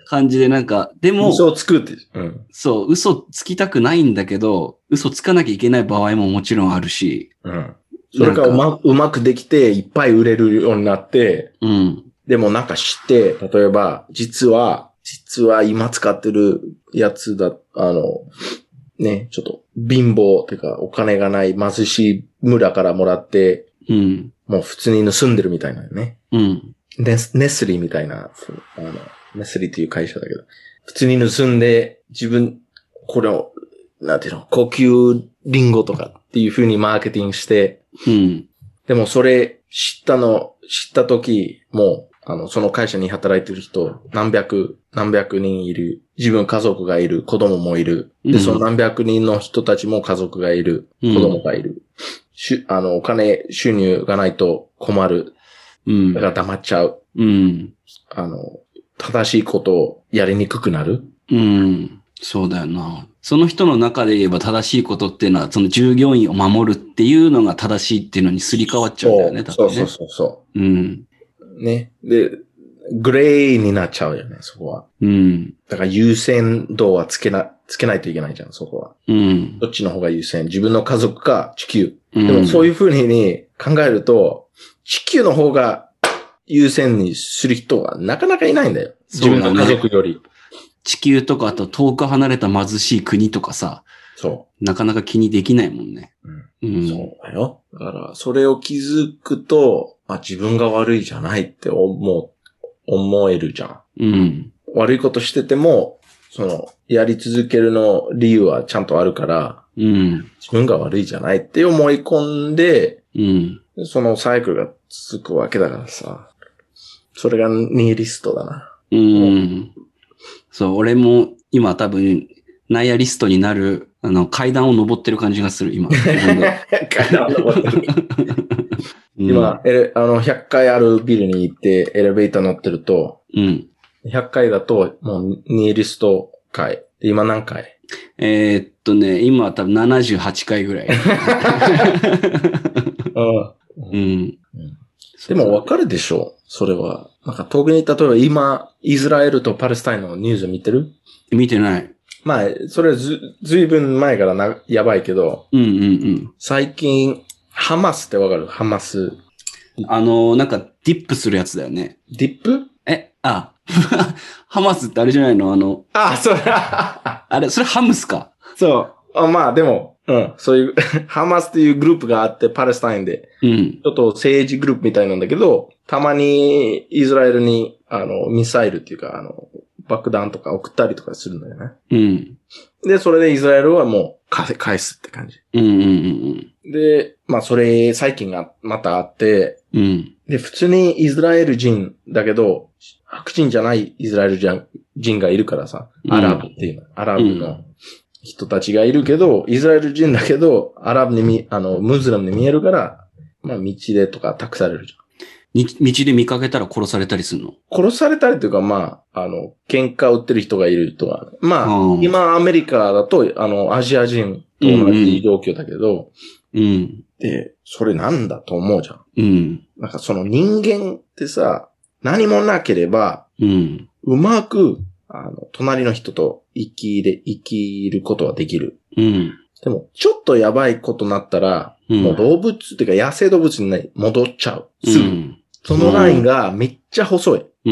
感じで、なんか、でも、
嘘をつくって。うん。
そう、嘘つきたくないんだけど、嘘つかなきゃいけない場合ももちろんあるし、
うん。それか
な
うん
か
ま、うまくできて、いっぱい売れるようになって、
うん。
でもなんか知って、例えば、実は、実は今使ってるやつだ、あの、ね、ちょっと貧乏てか、お金がない貧しい村からもらって、
うん。
もう普通に盗んでるみたいなよね。
うん。
ネスネスリーみたいな、そうあの、ネスリーっていう会社だけど、普通に盗んで、自分、これを、なんていうの、高級リンゴとかっていう風にマーケティングして、
うん。
でもそれ知ったの、知った時、もう、あの、その会社に働いてる人、何百、何百人いる。自分家族がいる。子供もいる。
う
で、
ん
その何百人の人たちも家族がいる。
う
子
ん
供がいる。しゅ、あの、お金収入がないと困る。
うん
だ。から黙っちゃう。
うん。
あの、正しいことをやりにくくなる。
うん。そうだよな。その人の中で言えば正しいことっていうのは、その従業員を守るっていうのが正しいっていうのにすり替わっちゃうんだよね、多分
そう
ね。
そうそうそ
うん。
う。ね。で、グレーになっちゃうよね、そこは。
うん。
だから優先度はつけな、つけないといけないじゃん、そこは。
うん。
どっちの方が優先自分の家族か地球。
で
でもそう
い
いう風に考えると、地球の方が優先にする人はなかなかいないんだよ。
そ
自
うだね
分の家族より。
地球とか、あと遠く離れた貧しい国とかさ、
そ
なかなか気にできないもんね。
う。
う。
うんんそうだよ。だから、それを気づくと、あ、自分が悪いじゃないって思う、思えるじゃん。
うん。
悪いことしてても、その、やり続けるの理由はちゃんとあるから、
うん。
自分が悪いじゃないって思い込んで、
うん。
そのサイクルが続くわけだからさ。それがニーリストだ な。
うん。そう、俺も今多分、ナイアリストになる、あの、階段を登ってる感じがする、 今。自分で
今、エレあの、100階あるビルに行ってエレベーター乗ってると、
うん、うん。
100階だともうニーリスト階。で今何階
えーっとね、今は多分78回 ぐらい。
う。
うんん。
でもわかるでしょそれは。なんか遠くに、例えば今、イスラエルとパレスタインのニュース見てる
見てない。
まあ、それはず、ずいぶん前からな、やばいけど、
うんうんうん。
最近、ハマスってわかるハマス。
あの、なんか、ディップするやつだよね。
ディップ
え、あ、 ハマスってあれじゃないのあの、
あ、そう。
あれ、それハムスか。
そう。あまあでも、うん、そういう、 ハマスというグループがあって、パレスタインで、
うん。
ちょっと政治グループみたいなんだけど、たまにイスラエルに、あの、ミサイルっていうか、あの、爆弾とか送ったりとかするんだよね。
うん。
で、それでイスラエルはもうか、返すって感じ。
うんうんうん
で、まあそれ、最近がまたあって、
うん。うん。
で、普通にイスラエル人だけど、白人じゃないイスラエルじゃ人がいるからさ、アラブっていうの、アラブ
う
の人たちがいるけど、イスラエル人だけど、アラブに見、あの、ムズラムに見えるから、まあ、道でとか託されるじ
に道で見かけたら殺されたりするの。
ゃん。殺されたりというか、まあ、あの、喧嘩売ってる人がいるとか、まあ、
うん
今アメリカだと、あの、アジア人と同じ状況だけど、
うん。
で、それなんだと思うじゃん。
うん。
なんかその人間ってさ、何もなければ、
うん。
うまく、あの、隣の人と生き入れ、生きることはできる。
うん。
でも、ちょっとやばいことになったら、
うん。
もう動物っていうか野生動物にね戻っちゃう。
う
すぐ。
ん。
そのラインがめっちゃ細い。
う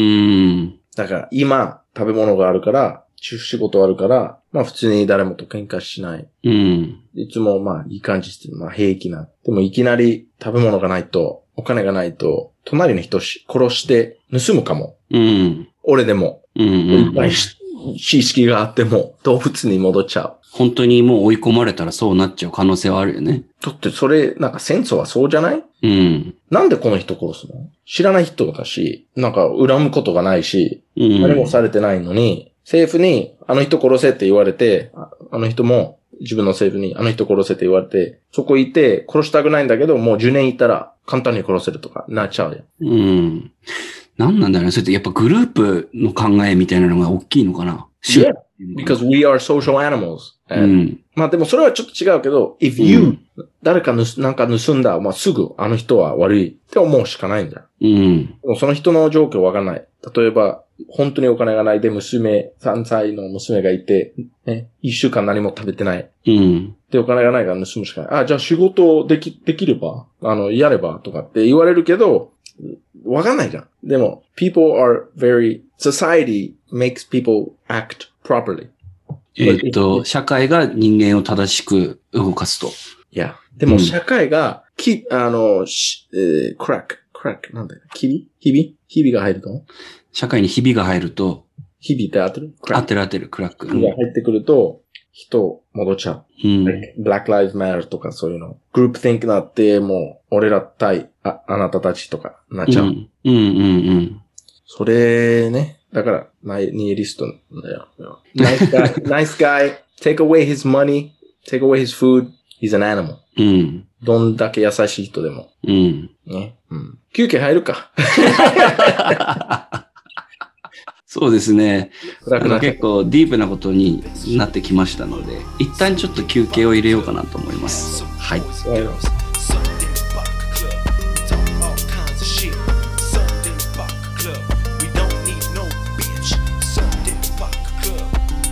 ん。
だから今、食べ物があるから、仕事あるから、まあ普通に誰もと喧嘩しない。
うん。
いつもまあいい感じしてる、まあ平気な。でもいきなり食べ物がないと、お金がないと、隣の人し殺して盗むかも。
うん。
俺でも、
うん。
まあし知識があっても動物に戻っちゃう。
本当にもう追い込まれたらそうなっちゃう可能性はあるよね。
だってそれ、なんか戦争はそうじゃない
うん。
なんでこの人殺すの知らない人だし、なんか恨むことがないし、
うん。
何もされてないのに、政府にあの人殺せって言われて、ああの人も自分の政府にあの人殺せって言われて、そこいて殺したくないんだけど、もう10年いたら簡単に殺せるとかなっちゃうよ。
うん。なんなんだろうね。それってやっぱグループの考えみたいなのが大きいのかな。集
because we are social animals. え
う
ー
ん。
まあでもそれはちょっと違うけど、if you、誰か盗なんか盗んだ、まあすぐあの人は悪いって思うしかないんじゃん。
うん。
でもその人の状況わからない。例えば、本当にお金がないで娘、3歳の娘がいて、ね、1週間何も食べてない。
うん。
で、お金がないから盗むしかない。あ、じゃあ仕事でき、できれば、あの、やればとかって言われるけど、わかんないじゃん。でも、people are very, society makes people act properly.
えーっと、社会が人間を正しく動かすと。
いや。で
う
も、
ん
社会が、き、あの、しえー、crack, crack, なんだよ。ひびひびひびが入ると
社会にひびが入ると、
ひびって合ってる
合
crack
ってる合ってる、クラック。う
が入
ん
ってくると、人、戻っちゃう。
うん。
Black Lives Matter とかそういうの。グループ think なって、もう、俺ら対、あ、あなたたちとか、なっ
うん。う
ちゃう。
ん。うん。うん。
それね。だから、ナイニエリストなんだよ。Nice guy, nice guy, take away his money, take away his food, he's an animal.
うん。
どんだけ優しい人でも。
うん。
ね。うん。休憩入るか。
そうですね。
暗くなっちゃう
結構ディープなことになってきましたので、一旦ちょっと休憩を入れようかなと思います。はい。
はい
Sunday Buck Club. Talk all kinds of shit. Sunday Buck Club. We don't need no bitch. Sunday Buck Club.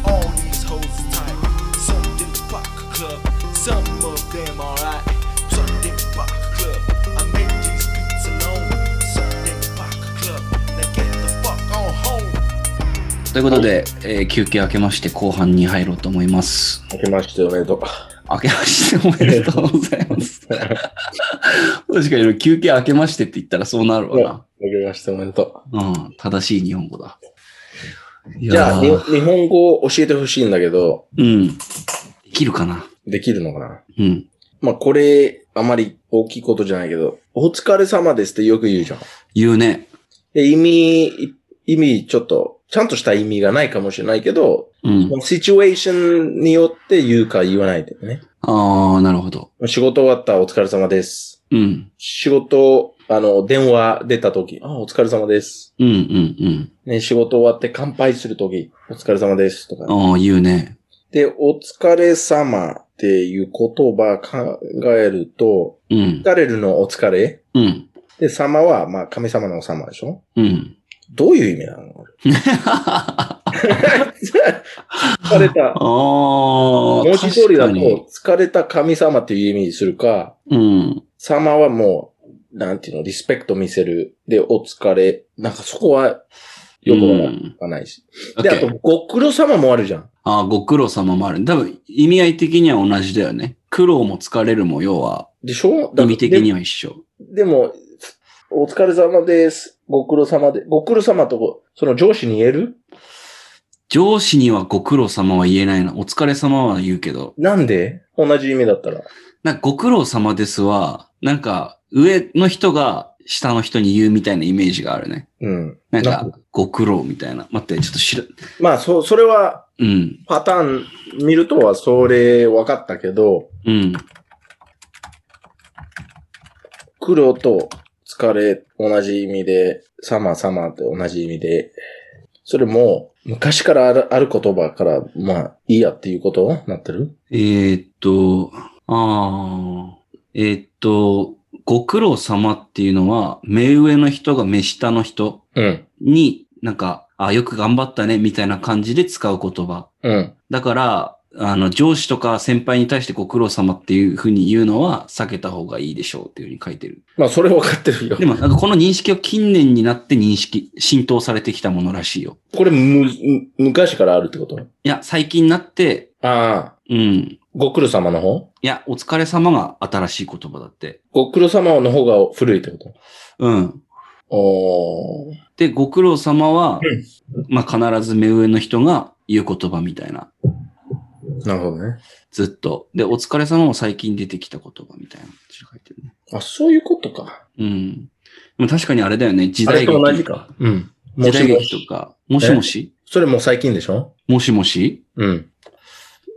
All these hoes is tight. Sunday Buck Club. Some of them alright. Sunday Buck Club. I made these beats alone. Sunday Buck Club. Now get the fuck on home.
ということで、えー休憩明けまして後半に入ろうと思います。
明けましておめでとう。
明けましておめでとうございます。確かに休憩明けましてって言ったらそうなるわ
明けましておめでと
な。うん、正しい日本語だ。
う。
い
じゃ
や
あ、
ー
に日本語を教えてほしいんだけど、
うん。できるかな
できるのかな
うん。
まあ、これ、あまり大きいことじゃないけど、お疲れ様ですってよく言うじゃん。
言うね。
で、意味、意味、ちょっと、ちゃんとした意味がないかもしれないけど、
うん。
シチュエーションによって言うか言わないでね。
ああ、なるほど。
仕事終わったお疲れ様です。
うん。
仕事、あの、電話出た時、あ、お疲れ様です。
うんうん
ね、仕事終わって乾杯する時、お疲れ様です。とか
う。ん。ああ、言うね。
で、お疲れ様っていう言葉考えると、
うん。
疲れるのお疲れ
うん。
で、様は、まあ、神様の様でしょ
うん。
どういう意味なの
あ
疲れた。
あ。
文字通りだ
確か
と
に、
疲れた神様っていう意味にするか、
うん。
様はもう、なんていうの、リスペクト見せる。で、お疲れ。なんかそこは、よくわからないし。で、あ
OK
と、ご苦労様もあるじゃん。
ああ、ご苦労様もある。多分、意味合い的には同じだよね。苦労も疲れるも、要は、
でしょだ
意味的に
で。
は一緒。
でも、お疲れ様です。ご苦労様で。ご苦労様と、その上司に言える
上司にはご苦労様は言えないな。お疲れ様は言うけど、
なんで同じ意味だったら。
なんかご苦労様ですは、なんか、上の人が下の人に言うみたいなイメージがあるね。
うん。
なん
な
か、ご苦労みたいな。待って、ちょっと知ら、
まあ、そ、それは、
うん、
パターン見るとは、それ分かったけど、
うん、
苦労と疲れ同じ意味で、様様って同じ意味で、それも昔からあるある言葉から、まあ、いいやっていうことになってる
えーっと、ああ、えーっと、ご苦労様っていうのは、目上の人が目下の人
うん。
に、なんか、あ、よく頑張ったね、みたいな感じで使う言葉。
うん。
だから、あの、上司とか先輩に対してご苦労様っていうふうに言うのは避けた方がいいでしょうっていうふうに書いてる。
まあ、それ分かってるよ
で。も、なんかこの認識は近年になって認識、浸透されてきたものらしいよ。
これむ、む昔からあるってこと
いや、最近になって、
ああ、
うん。
ご苦労様の方
いや、お疲れ様が新しい言葉だって。
ご苦労様の方が古いってこと
うん。
おー
で、ご苦労様は、まあ、必ず目上の人が言う言葉みたいな。
なるほどね。
ずっと。で、お疲れ様も最近出てきた言葉みたいな。書いてるね。
あ、そういうことか。
うん。でも確かにあれだよね。時
あ
代
れ
劇
と。同じか。うん。も
時代
しもし
劇とか。もしもし
それもう最近でしょ
もしもし
うん。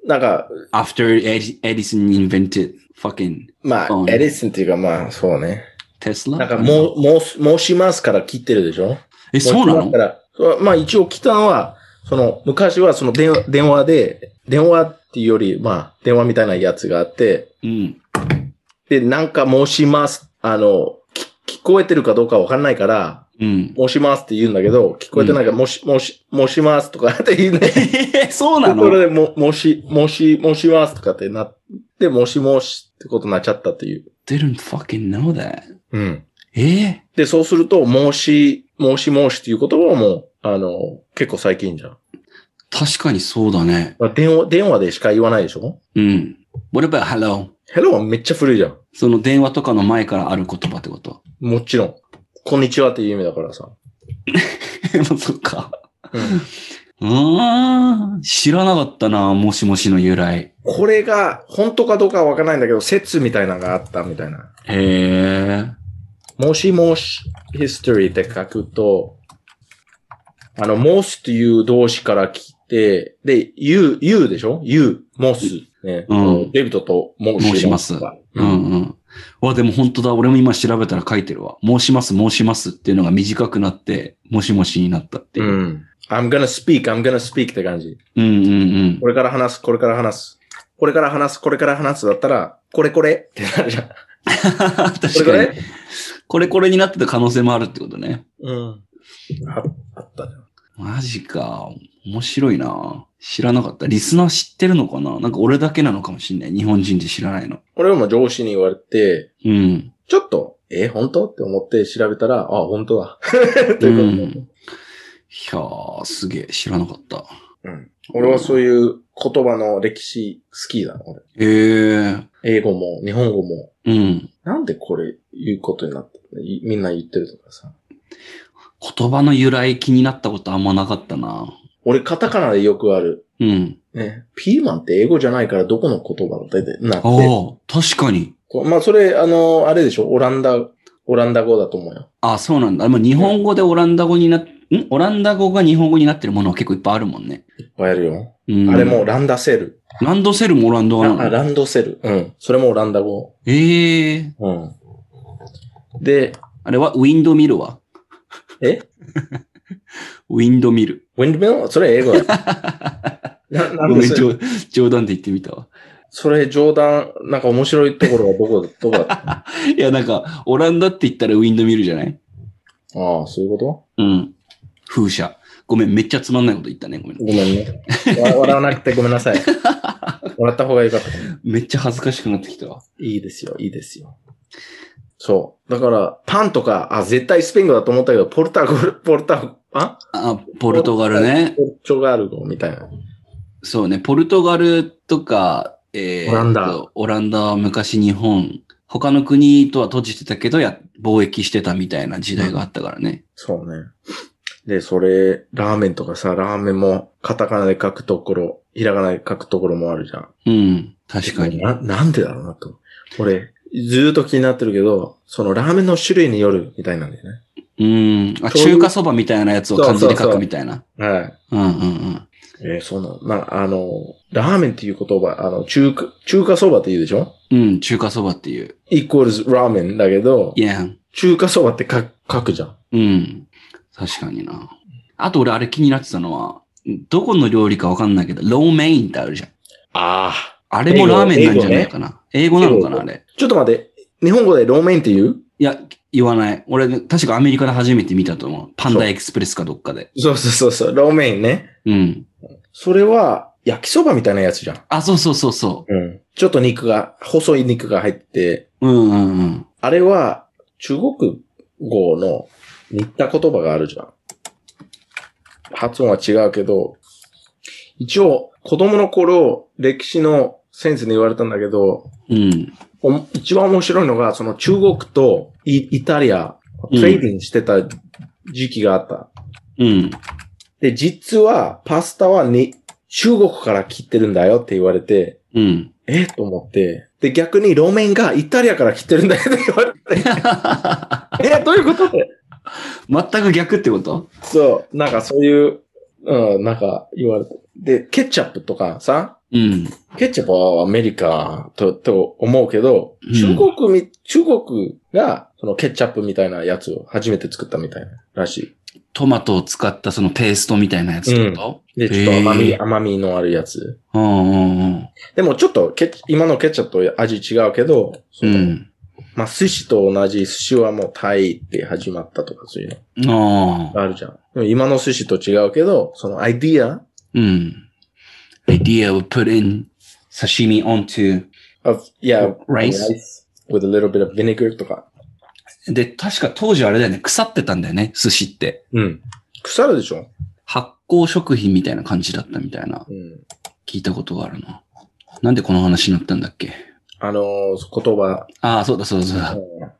なんか、
?After Edi- Edison invented fucking
まあ
う、ん
エリスンっていうかまあ、そうね。
Tesla?
なんか、もう、もう、申しますから切ってるでしょ
え、そうな
申します
の
からそうまあ一応来たのは、その、昔はその電話、電話で、電話っていうより、まあ、電話みたいなやつがあって、
うん。
で、なんか申します。あの、き聞こえてるかどうかわかんないから、
うん。
申しますって言うんだけど、聞こえてないから、もし、もし、もしますとかって言うね。
えー、そうな
ところ
の
でも、もし、もし、もしますとかってなって、もしもしってことになっちゃったっていう。
?didn't fucking know that.
うん。
ええ
で、そうすると、もし、もしもしっていう言葉はもう、あの、結構最近じゃん。
確かにそうだね。
まあ電話、電話でしか言わないでしょ
うん。What about hello?
?Hello はめっちゃ古いじゃん。
その電話とかの前からある言葉ってこと
もちろん。こんにちはっていう意味だからさ。
もうそっか。
うん
うーん。知らなかったな、もしもしの由来。
これが、本当かどうかはわからないんだけど、説みたいなのがあったみたいな。
へえ。
もしもし、history って書くと、あの、most という動詞から来て、で、you, you でしょ ?you, most。ね。
うん
デビットと申します
申し
が。
う
うん
んうん。わ、でも本当だ。俺も今調べたら書いてるわ。申します、申しますっていうのが短くなって、もしもしになったっていうう。
ん。I'm gonna speak, I'm gonna speak って感じ。
うん、うん、うん
これから話す、これから話す。これから話す、これから話すだったら、これこれってなるじゃん。こ
確かに。
れこれ
これこれになってた可能性もあるってことね。
うん。ああったじゃん。
マジか。面白いな。知らなかった。リスナー知ってるのかななんか俺だけなのかもしんない。日本人で知らないの。
俺も上司に言われて、
うん。
ちょっと、え本当って思って調べたら、あ、本当だ。ということで
いやー、すげえ。知らなかった。
うん。俺はそういう言葉の歴史好きだな、俺。
えー。
英語も日本語も。
うん。
なんでこれ言うことになってるいみんな言ってるとかさ。
言葉の由来気になったことあんまなかったな。
俺カタカナでよくある。
うん。
ね。ピーマンって英語じゃないからどこの言葉だってなっ
あ
て。
あ、確かに。
こうまあそれ、あの、あれでしょオランダ、オランダ語だと思うよ。
あそうなんだ。まあ、日本語でオランダ語になっ、んオランダ語が日本語になってるものは結構いっぱいあるもんね。
いっぱいあるよ。
うん。
あれ。もランダセル。
ランドセルもオランダ語
あ
なの
ランドセル。うん。それもオランダ語。
ええー。
うん。で、
あれはウィンドミルは
え
ウィンドミル。
ウィンドミルそれ英語だ。な、な
ご
ん
め
で
ん、
それ
冗冗談で言ってみたわ。
それ冗談、なんか面白いところはどこ、どこだったあ
いや、なんか、オランダって言ったらウィンドミルじゃない
あ、そういうこ
う
と
ん。風車。ごめん、めっちゃつまんないこと言ったね。ごめん。
ごめんね。わ笑わなくてごめんなさい。笑った方がよかった。
めっちゃ恥ずかしくなってきたわ。
いいですよ、いいですよ。そう。だから、パンとか、あ、絶対スペイン語だと思ったけど、ポルタゴル、ポルタ、あ
あ、ポルトガルね。
ポルチョガル語みたいな。
そうね、ポルトガルとか、えー
オランダ。
オランダは昔日本、他の国とは閉じてたけど、や、貿易してたみたいな時代があったからね。
そうね。で、それ、ラーメンとかさ、ラーメンも、カタカナで書くところ、ひらがなで書くところもあるじゃん。
うん、確かに。
な、なんでだろうなと。俺、ずーっと気になってるけど、そのラーメンの種類によるみたいなんだよね。
うん。あ、
そういう
中華そばみたいなやつを漢字で
そうそう
書
そ
く
う
みたいな。
はい。
うんうんうん。
えーそうなの。まあ、あの、ラーメンっていう言葉、あの、中華、中華そばって言うでしょ
うん、中華そばっていう。
イコールズラーメンだけど
い、や、
中華そばって書く書くじゃん。
うん。確かにな。あと俺あれ気になってたのは、どこの料理かわかんないけど、ローメインってあるじゃん。
ああ。
あれもラーメンなんじゃないかな。英語,、
ね
なのかな、あれ。
ちょっと待って、日本語でローメンって言う
いや、言わない。俺、確かアメリカで初めて見たと思う。パンダエクスプレスかどっかで。
そうそうそうそう、ローメンね。
うん。
それは、焼きそばみたいなやつじゃん。
あ、そうそうそうそ
うん。ちょっと肉が、細い肉が入って、
う。うんうんうん。
あれは、中国語の似た言葉があるじゃん。発音は違うけど、一応、子供の頃、歴史の先生に言われたんだけど、
うん。
おも一番面白いのが、その中国とイイタリア、
うん
トレーディングしてた時期があった。
うん。
で、実は、パスタはに中国から切ってるんだよって言われて、
うん。
えと思って。で、逆に路面がイタリアから切ってるんだよって言われて。え、どういうことって。
全く逆ってこと
そう、なんかそういう、うん、なんか言われて。で、ケチャップとかさ、
うん。
ケチャップはアメリカと、と思うけど、
うん
中国み、中国が、そのケチャップみたいなやつを初めて作ったみたいならしい。
トマトを使ったそのペーストみたいなやつってこと、
で、ちょっと甘み、
へー
甘みのあるやつ。
うんうんうん。
でもちょっとケチ、今のケチャップと味違うけど、そうの
ん。
まあ、寿司と同じ寿司はもうタイで始まったとかそういうの
ああ。
があるじゃん。でも今の寿司と違うけど、そのアイディア
うん。idea of putting sashimi onto
of, yeah,
rice.
with a little bit of vinegar とか。
で、確か当時あれだよね、腐ってたんだよね、寿司って。
うん。腐るでしょ
発酵食品みたいな感じだったみたいな、
うん。
聞いたことがあるな。なんでこの話になったんだっけ
あのー言葉。
ああ、そうだそうだそうだ。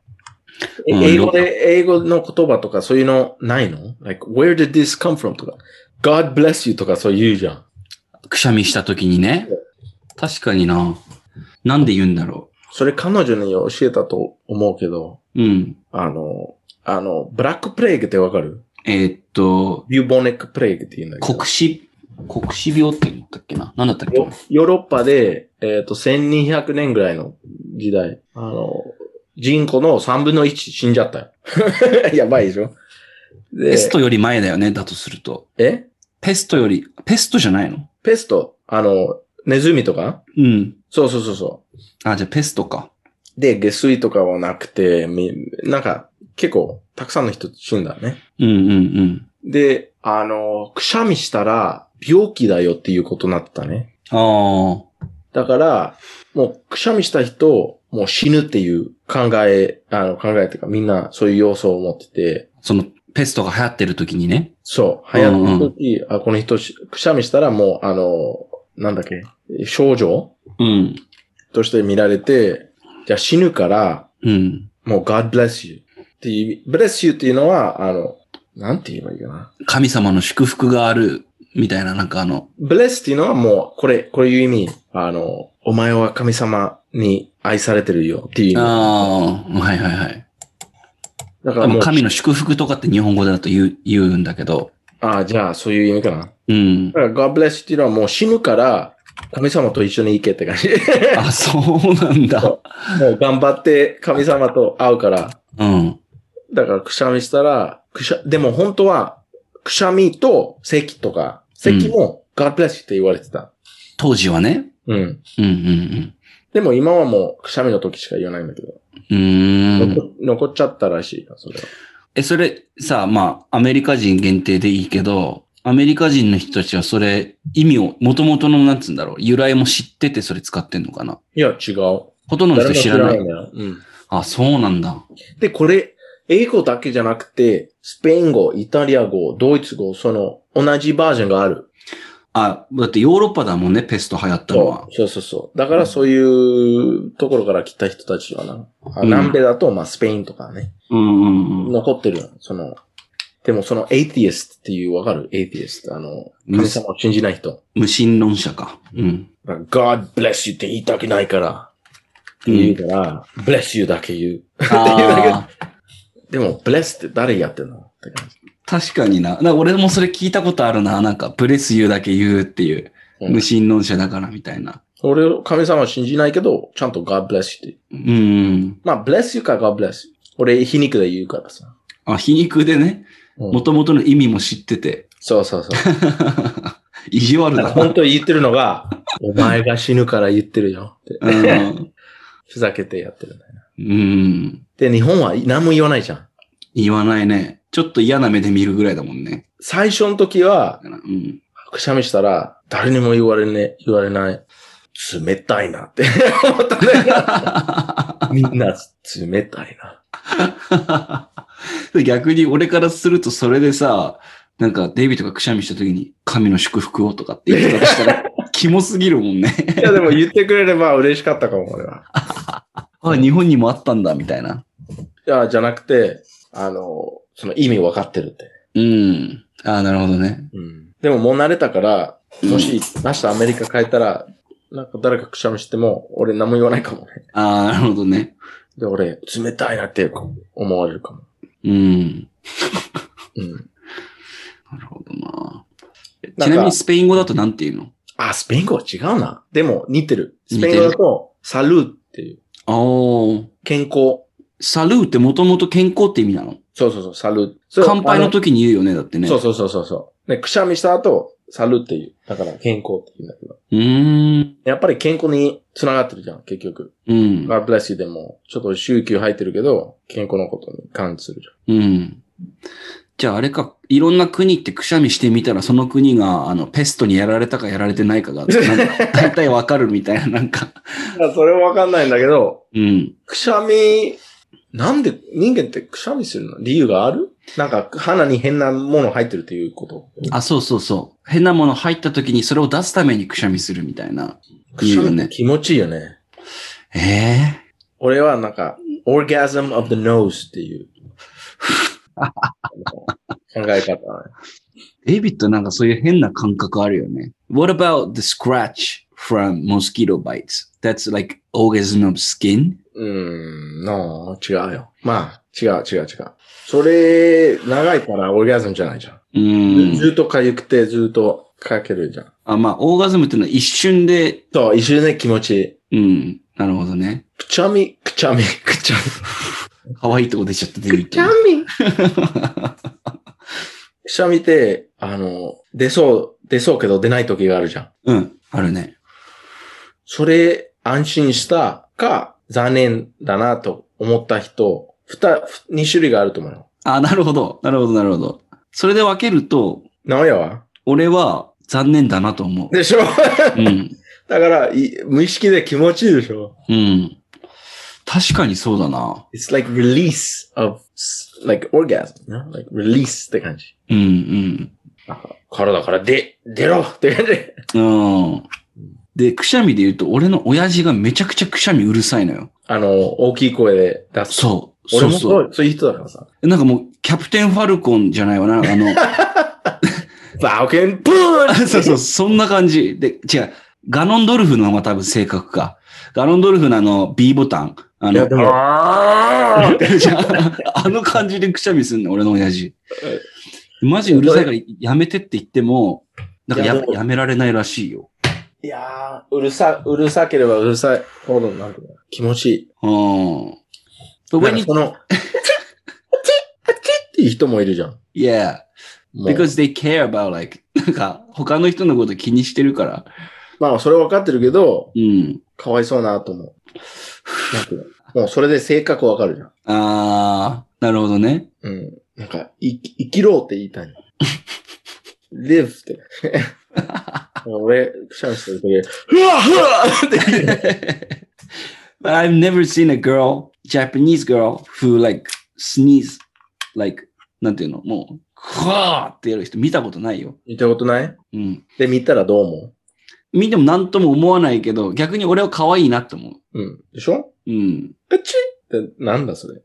え
うん
英語で、英語の言葉とかそういうのないの ?like, where did this come from? とか。God bless you とかそう言うじゃん。
くしゃみした時にね
そう。
確かにな。なんで言うんだろ
それ彼女に教えたと思うけど、
う。うん。
あのー、あの、ブラックプレイグってわかる
えーっと、
ビューボネックプレイグって言うんだけど。
国死、国死病って言ったっけななんだったっけ
ヨヨーロッパで、えっ、と、1200年ぐらいの時代、あの、人口の3分の1死んじゃったよ。 やばいでしょで
ペストより前だよね、だとすると。
え
ペストより、ペストじゃないの
ペストあの、ネズミとか
うん。
そうそうそうそ
あ、じゃあペストか。
う。で、下水とかはなくて、みなんか、結構、たくさんの人死んだね。
うんうんうん。
で、あの、くしゃみしたら、病気だよっていうことになってたね。
あ
だから、もうくしゃみした人、もう死ぬっていう考え、あの考えっていうかみんなそういう要素を持ってて、
あ、その、ペストが流行ってる時にね。
そう、流行った時、あ、この人しくしゃみしたらもう、あの、なんだっけ、症状
うん。
として見られて、じゃあ死ぬから、
うん。
もう God bless you っていう、bless you っていうのは、あの、なんて言えばいいかな。
神様の祝福がある、みたいな、なんかあの、
bless っていうのはもう、これ、こういう意味、あの、お前は神様に愛されてるよっていう意味。
ああ、はいはいはい。
だか
多
らも
分
う、
神の祝福とかって日本語だと言う、言うんだけど。
ああ、じゃあそういう意味かな。
うん。
だから、God bless っていうのはもう死ぬから、神様と一緒に行けって感じ。
あ、そうなんだ。
もう頑張って神様と会うから。
うん。
だから、くしゃみしたら、くしゃ、でも本当は、くしゃみと咳とか、咳も God bless って言われてた。
当時はね。
うん。
うんうん
でも今はもう、くしゃみの時しか言わないんだけど、
うん。うーん。
残残っちゃったらしいな、それは。
え、それさ、まあ、アメリカ人限定でいいけど、アメリカ人の人たちはそれ、意味を、元々の、なんつうんだろう、由来も知っててそれ使ってんのかない
や、違う。
ほとんどの人知らない。
んだよ。うん。
あ、そうなんだ。
で、これ、英語だけじゃなくて、スペイン語、イタリア語、ドイツ語、その、同じバージョンがある。
あ、だってヨーロッパだもんね、ペスト流行ったのは
そ。うそうそうそう。だからそういうところから来た人たちはな、あ
うん
南米だと、まあ、スペインとかね、
うんうんうん。
残ってるよその、でもその、エイティエスっていう、わかるエイティエスあの、神様を信じない人。
無神論者か。 うん。
だから God bless you って言いたくないから、って言うから、bless you だけ言う。
あー
でも、bless って誰やってんのって感じ。
確かにな。なんか俺もそれ聞いたことあるな。なんか、ブレスユーだけ言うっていう。
うん
無神論者だからみたいな。
俺を神様は信じないけど、ちゃんと God bless you って。
うん。
まあ、bless you か God bless you。俺、皮肉で言うからさ。
あ、皮肉でね、
うん
元々の意味も知ってて。
そうそうそう。
意地悪
だか
だ
ら本
な。
当に言ってるのが、お前が死ぬから言ってるよって。
うん。
ふざけてやってるね。
うん。
で、日本は何も言わないじゃん。
言わないね。ちょっと嫌な目で見るぐらいだもんね。
最初の時は
だ、からうん。
くしゃみしたら、誰にも言われね、言われない。冷たいなって思ったね。みんな、冷たいな。
逆に俺からするとそれでさ、なんかデイビーとかくしゃみした時に神の祝福をとかって言ってたりした ら、キモすぎるもんね。
いや、でも言ってくれれば嬉しかったかも、俺は。
あ、日本にもあったんだ、みたいな。
いや、じゃなくて、あの、その意味分かってるって。
うん。ああ、なるほどね。
でももう慣れたから、
うん
もし、明日アメリカ帰ったら、なんか誰かくしゃみしても、俺何も言わないかもね。
ああ、なるほどね。
で、俺、冷たいなって思われるかも。
うん。
うん。
なるほどな。え
なんか
ちなみにスペイン語だとなんて言うの
あ、スペイン語は違うな。でも、似てる。ス
似てる
ペイン語だと、サルーっていう、
ああ、
健康。
サルーってもともと健康って意味なの
そうそうそう、サルそう
乾杯の時に言うよね、だってね。
そうそうそうそうそう。で、くしゃみした後、サルっていう。だから健康って言うんだけど。
うーん。
やっぱり健康に繋がってるじゃん、結局。
うん。
God bless you でも、ちょっと週休入ってるけど、健康のことに関する
う
じ
ん。じゃああれか、いろんな国ってくしゃみしてみたら、その国が、あの、ペストにやられたかやられてないかが、なん か大体わかるみたいな、なんか。
ゃん。それはわかんないんだけど、
うん。
くしゃみ、なんで人間ってくしゃみするの理由があるなんか鼻に変なもの入ってるっていうこと。
あ、そうそうそう。変なもの入った時にそれを出すためにくしゃみするみたいな。
く
い
しゃ
い
み
よ
っ
ね
て気持ちいいよね。
ええ
俺はなんか、orgasm of the nose って いう。考え方、ね。
デイビッドなんかそういう変な感覚あるよね。What about the scratch from mosquito bites? That's like orgasm of skin?
うーん、no, 違うよ。まあ、違う違う違う。それ、長いからオーガズムじゃないじゃん。
う
ず
ん。
っとかゆくて、ずっとかけるじゃん。
あ、まあ、オーガズムっていうのは一瞬で、
そう、一瞬で気持ちいい。
うん。なるほどね。
くちゃみ、くちゃみ、く ちゃ
可愛いとこ出ちゃったデイビ
み。
ッド。
みくしゃみって、あの、出そう、出そうけど出ない時があるじゃん。
うん。あるね。
それ、安心したか、残念だなと思った人、二、二種類があると思うよ。
あ、なるほど。なるほど、なるほど。それで分けると、
直哉は
俺は残念だなと思う。
でしょ
うん。
だから、い無意識で気持ちいいでしょ
うん。確かにそうだな。
It's like release of s- like orgasm, you know? like release って感じ。
うん、
体から出、出ろって感じ。
うん。うん。で、くしゃみで言うと、俺の親父がめちゃくちゃくしゃみうるさいのよ。
あの、大きい声で出す。
そう。
俺
そうそ。
もそううそういう人だからさ。
なんかもう、キャプテンファルコンじゃないわな。あの、
ファーケン、ブー ン
そうそう、そんな感じ。で、違う。ガノンドルフの方が多分性格か。ガノンドルフのあの、B ボタン。あ
いや
の
で、も
あ あの感じでくしゃみすんの、俺の親父。マジうるさいからやめてって言っても、なんかや
いやでも
やめられないらしいよ。
いやー、うるさ、うるさければうるさいほどなんていうの気持ちいい。
うん。But when
なんか
you,
その、あちっ、あちっ、あちっっていう人もいるじゃん。
yeah,
もう
because they care about like, なんか他の人のこと気にしてるから。
まあ、それは分かってるけど、
うん。
かわいそうなと思う。なんていうのもうそれで性格わかるじゃん。
あー、なるほどね。
うん。なんか、い生きろうって言いたいの。live って。 俺、くしゃみしてる時、ふわふわって
But I've never seen a girl, Japanese girl, who like sneeze, like, なんていうのもう、ふわーってやる人見たことないよ。
見たことない
うん。
で、見たらどう思
見ても何とも思わないけど、逆に俺は可愛いなと思
ううん。でしょ
う。うん。
あちって、なんだそれ。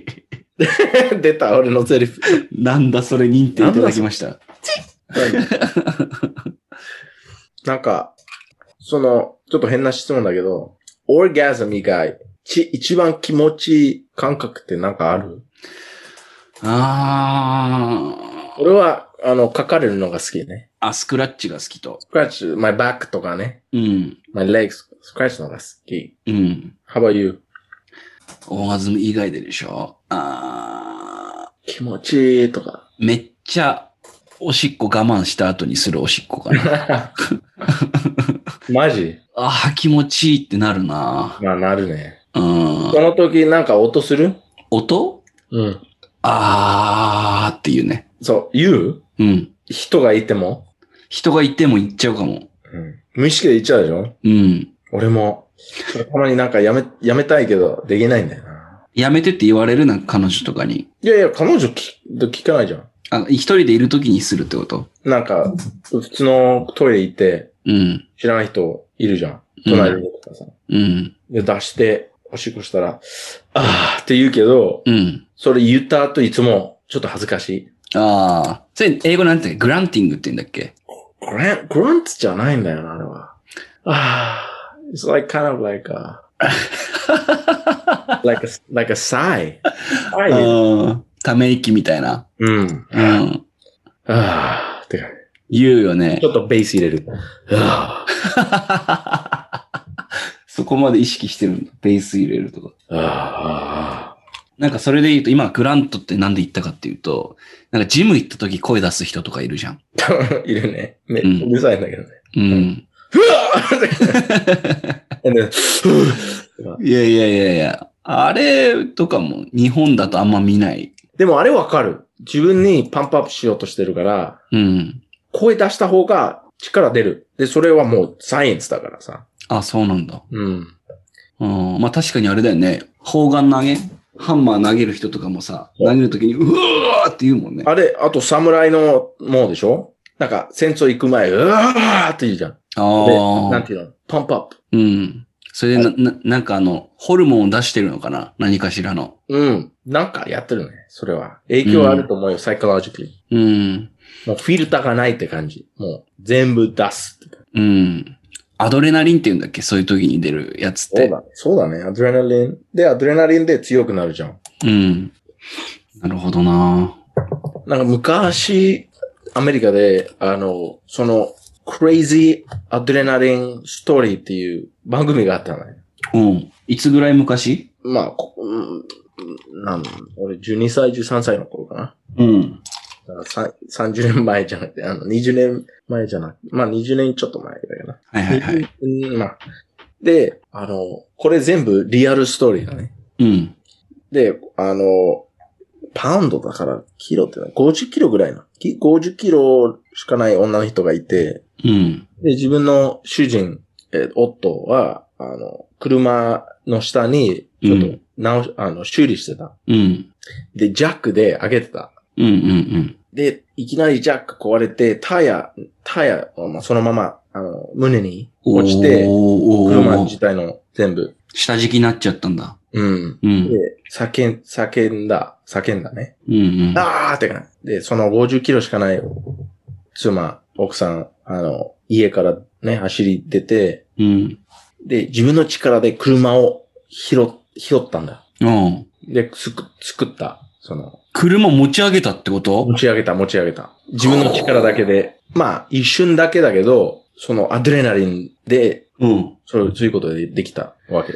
出た、俺のセリフ。
なんだそれ認定いただきました。
なんか、その、ちょっと変な質問だけど、オーガズム以外、ち、一番気持ちいい感覚ってなんかある
あー。
俺は、あの、書かれるのが好きね。
あ、スクラッチが好きと。
スクラッチ、my back とかね、
うん。
my legs、スクラッチのが好き。
うん。
How about you?
オーガズム以外ででしょあ
気持ちいいと か。
ー。めっちゃ、おしっこ我慢した後にするおしっこかな。
マジ
ああ、気持ちいいってなるな。
まあ、なるね。
うん
そ。の時なんか音する
音
うん。
ああっていうね。
そう、言う
うん。
人がいても、
人がいても行っちゃうかも。
うん、無意識で言っちゃうでしょ
うん。
俺も。それたまになんかやめ、やめたいけど、できないんだよな。
やめてって言われるなんか彼女とかに。
いやいや、彼女き聞かないじゃん。
あ、一人でいるときにするってこと
なんか、普通のトイレ行って、
うん。
知らない人いるじゃん。隣にとかさ。
うん。
で、出して、おしっこしたら、あーって言うけど、
うん。
それ言った後いつも、ちょっと恥ずかしい。
ああ。それ、英語なんて、グランティングって言うんだっけ
グラン、グランツじゃないんだよな、あれは。ああ、it's like kind of like a, like a, like a sigh.
うん。ため息みたいな。
うん。
う
あ
ん。
あ、ってか、
言うよね
ち。ょっとベース入れる。ああ、
そこまで意識してるんだ。ベース入れるとか。
あ
なんかそれで言うと、今グラントってなんで言ったかっていうと、なんかジム行った時声出す人とかいるじゃん。
あ。いるね。め
うん
うるさいんだけどね。
うん。
ふわーでふわー
いやいやいやいや。あれとかも日本だとあんま見ない。
でもあれわかる。自分にパンプアップしようとしてるから、
うん。
声出した方が力出る。で、それはもうサイエンスだからさ。
あ、そうなんだ。
うん。
うん。まあ確かにあれだよね。砲丸投げハンマー投げる人とかもさ、投げる時に、うわーって言うもんね。
あれ、あと侍のもうでしょなんか戦争行く前、うわーって言うじゃん。
あ
で、な
あ
ん。ていうのパンプアップ。
うん。それでな、な、なんかあの、ホルモンを出してるのかな何かしらの。
うん。なんかやってるね。それは。影響あると思うよ、サイコロジックに。
うん。
もうフィルターがないって感じ。もう全部出す。
うん。アドレナリンって言うんだっけそういう時に出るやつっ
そう
て。
だ。そうだね。アドレナリン。で、アドレナリンで強くなるじゃん。
うん。なるほどな
なんか昔、アメリカで、あの、その、Crazy Adrenaline Story っていう番組があったのね。
うん。いつぐらい昔
まあ、こうんなん俺12歳、13歳の頃かな。
うん。
だからさ30年前じゃなくて、あの、20年前じゃなくて、まあ20年ちょっと前ぐらいかな。
はいはいはい。
うん、まあ。で、あの、これ全部リアルストーリーだね。
うん。
で、あの、パウンドだから、キロってな、50キロぐらいな。き50キロしかない女の人がいて、
うん。
で、自分の主人、えー夫は、あの、車の下に、ちょっ
う
と直し、あの、修理してた。
うん。
で、ジャックで上げてた。
うんうん
で、いきなりジャック壊れて、タイヤ、タイヤ、まあ、そのまま、あの、胸に
うん。
落ちて、
おーお
車
ーお
自
ー
体の全部。
下敷きになっちゃったんだ。
うん。
うん。
で、叫ん、叫んだ。叫んだね。
うんうん。
あーってかで、その50キロしかない妻、奥さん、あの、家からね、走り出て、
うん。
で、自分の力で車を拾っ、拾ったんだ。
うん。
で、すく、作った。その、
車持ち上げたってこと
持ち上げた、持ち上げた。自分の力だけで。まあ、一瞬だけだけど、そのアドレナリンで、
うん。
そう、そういうことでできたわけ。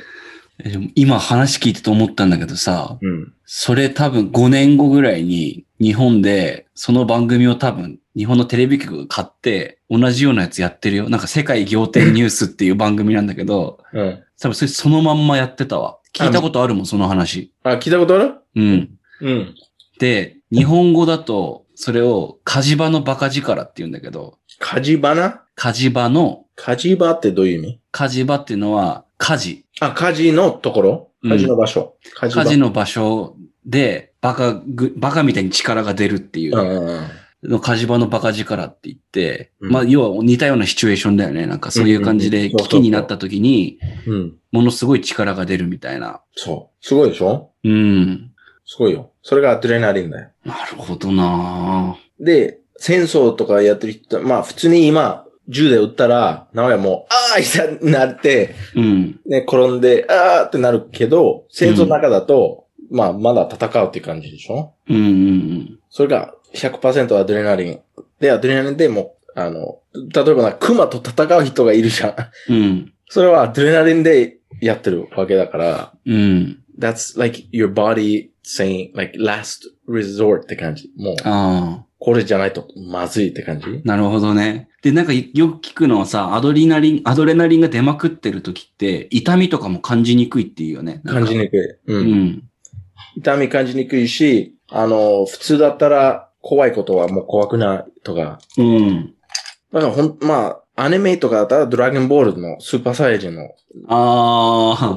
えでも今話聞いてと思ったんだけどさ、
うん。
それ多分5年後ぐらいに日本でその番組を多分日本のテレビ局が買って同じようなやつやってるよ。なんか世界仰天ニュースっていう番組なんだけど、
うん。
多分それそのまんまやってたわ。聞いたことあるもん、その話。
あ、聞いたことある
うん。
うん。
で、日本語だとそれを火事場のバカ力って言うんだけど、
火事場な
火事場の、
火事場ってどういう意味
火事場っていうのは火事。
あ、火事のところ
うん
火事の場所。火
火事の場所でバカぐ、バカみたいに力が出るっていう。
うんうんうん。
の火事場のバカ力って言って、
うん
まあ要は似たようなシチュエーションだよね。なんかそういう感じ
うんうんう
で
んそうそ
危
う
機になった時に、
うん。
ものすごい力が出るみたいな。
そう。すごいでしょ
うん。
すごいよ。それがアドレナリンだよ。
なるほどなぁ
で、戦争とかやってる人、まあ普通に今、銃で撃ったら、名古屋も、ああいになって、
うん。
ね、転んで、ああってなるけど、戦争の中だと、まあまだ戦うっていう感じでしょ
うんうん
それが100%アドレナリン。で、アドレナリンでもう、あの、例えばな、熊と戦う人がいるじゃん。
うん。うん。
それはアドレナリンでやってるわけだから、
うん。
that's like your body saying like last resort って感じ。もう、
ああ。
これじゃないとまずいって感じ。
なるほどね。で、なんかよく聞くのはさ、アドリナリン、アドレナリンが出まくってる時って、痛みとかも感じにくいっていうよね。
感じ
に
にくい。う
く
ん。
うん。
痛み感じにくいし、あの、普通だったら怖いことはもう怖くないとか。
うん。
だからほん、まあ、アニメとかだったらドラゴンボールのスーパーサイジンの、
ああ。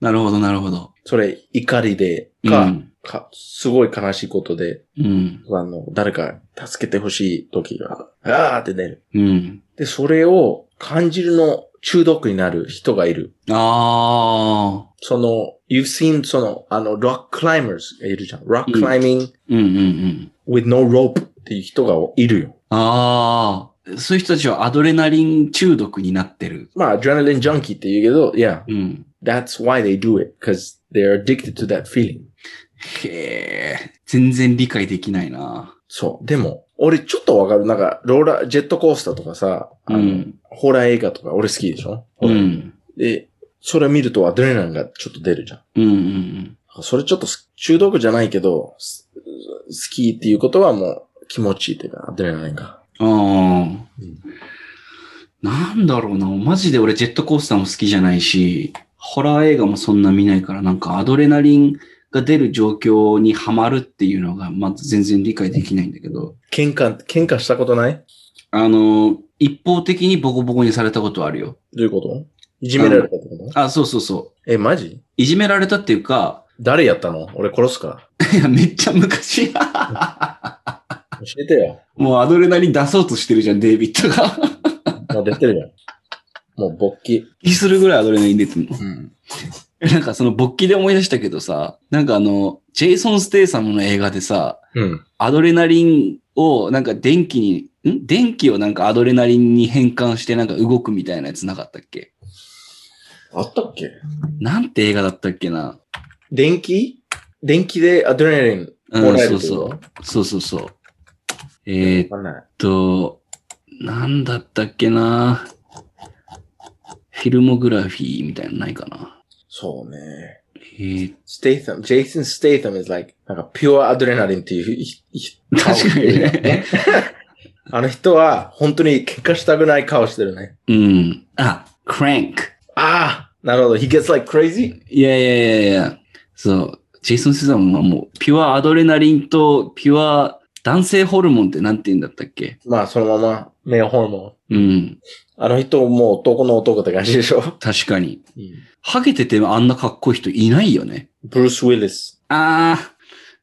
なるほど、なるほど。
それ怒りで、
う
か、
ん。
か、すごい悲しいことで、
うん。
あの、誰か助けてほしい時が、あーって出る。
うん。
で、それを感じるの中毒になる人がいる。
ああ。
その、you've seen その、あの、rock climbers がいるじゃん。rock climbing
うんうんうん。
with no rope っていう人がいるよ。
ああ。そういう人たちはアドレナリン中毒になってる。
まあ、adrenaline junkie って言うけど、yeah,
うん。
that's why they do it, because they're addicted to that feeling.
へえ。全然理解できないな。
そう。でも、俺ちょっとわかる。なんか、ローラー、ジェットコースターとかさ、あ
う
の
ん。
ホラー映画とか俺好きでしょ
うん。
で、それ見るとアドレナリンがちょっと出るじゃん。
うんうんうん。
それちょっとす中毒じゃないけど、す好きっていうことはもう気持ちいいっていうか、アドレナリンが。
ああ
うん。
なんだろうな。マジで俺ジェットコースターも好きじゃないし、ホラー映画もそんな見ないから、なんかアドレナリンが出る状況にはまるっていうのが、まず全然理解できないんだけど、
喧嘩、喧嘩したことない
あの、一方的にボコボコにされたことあるよ。
どういうこといじめられたってこと
あ、そうそうそう。
え、マジ
いじめられたっていうか、
誰やったの俺殺すから。
いや、めっちゃ昔。
教えてよ。
もうアドレナリン出そうとしてるじゃん、デイビッドが。
もう出てるやん。もう勃起。
気するぐらいアドレナリン出てんの。
うん。
なんかその勃起で思い出したけどさ、なんかあの、ジェイソン・ステイサムの映画でさ、
うん。
アドレナリンをなんか電気に、ん電気をなんかアドレナリンに変換してなんか動くみたいなやつなかったっけ
あったっけ
なんて映画だったっけな
電気電気でアドレナリン
うん
もらえ
そ
る
う
って
そ
こ
う。そうそうそう。えー、っ
とわかんない。
と、なんだったっけなフィルモグラフィーみたいなのないかな
そうね。
えー、
ステイサム、ジェイソン・ステイサム is like, なんか pure アドレナリンっていうひひ
確かにね。
あの人は本当に喧嘩したくない顔してるね。
うん。あ、クランク。
ああなるほど。He gets like crazy?
いやいやいやいや、そう、ジェイソン・セザムはもう、ピュアアドレナリンと、ピュア男性ホルモンってなんて言うんだったっけ
まあそのまま、メアホルモ
うん、
ン。あの人もう男の男って感じでしょ、
確かに。ハゲててあんなかっこいい人いないよね。
ブルース・ウィリス。
あ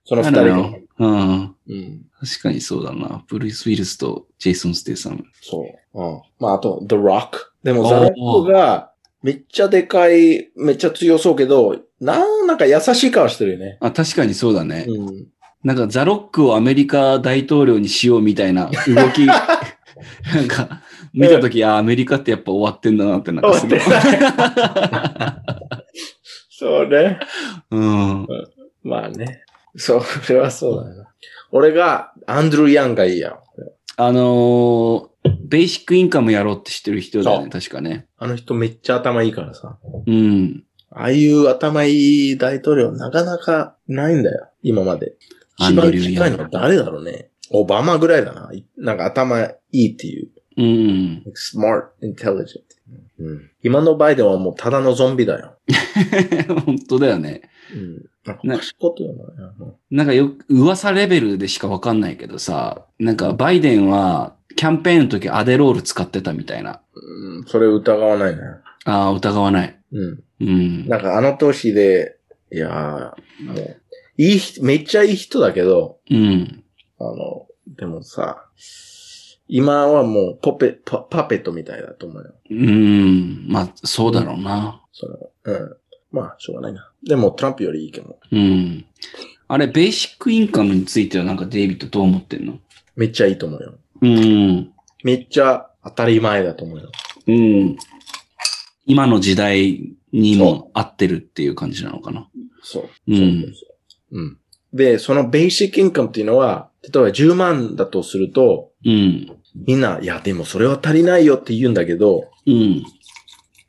そ
ー、
の
な
二人
る
が
ほ。ど。うん。
うん。
確かにそうだな。ブルース・ウィルスとジェイソン・ステイサム。
そう。うん。まあ、あと、The Rock。でも、
おー
ザ・ロックが、めっちゃでかい、めっちゃ強そうけど、なんなんか優しい顔してるよね。
あ、確かにそうだね。
うん。
なんか、ザ・ロックをアメリカ大統領にしようみたいな動 き、なんか、見たとき、あーアメリカってやっぱ終わってんだなって、なんかすごい。
終 そうね。
うん。
まあね。そう、それはそうだよな。俺が、アンドル・ヤンがいいやん。
あのーベーシックインカムやろうって知ってる人だよね、確かね。
あの人めっちゃ頭いいからさ。
うん。
ああいう頭いい大統領なかなかないんだよ。今まで。
ア
一
ンド
番
リュー
近いの
ヤ
は
ン
誰だろうね。オバマぐらいだな。なんか頭いいっていう。
うん。
smart, intelligent. 今のバイデンはもうただのゾンビだよ。
本当だよね。
うん。なん
ね
か賢いよな。うん
なんかよく、噂レベルでしかわかんないけどさ、なんかバイデンはキャンペーンの時アデロール使ってたみたいな。
うん、それ疑わないね。
ああ、疑わない。
うん。
うん。
なんかあの年で、いやー、もう、いい人、めっちゃいい人だけど、
うん。
あの、でもさ、今はもうポペ、パパペットみたいだと思うよ。
うん。まあ、そうだろうな。
その、うん。まあ、しょうがないな。でもトランプよりいいけど、
うん。あれ、ベーシックインカムについてはなんかデイビッドどう思ってんの
めっちゃいいと思うよ。
うん。
めっちゃ当たり前だと思うよ。
うん。今の時代にも合ってるっていう感じなのかな。
そう。
うん。
うん。で、そのベーシックインカムっていうのは、例えば10万だとすると、
うん。
みんな、いや、でもそれは足りないよって言うんだけど、
うん。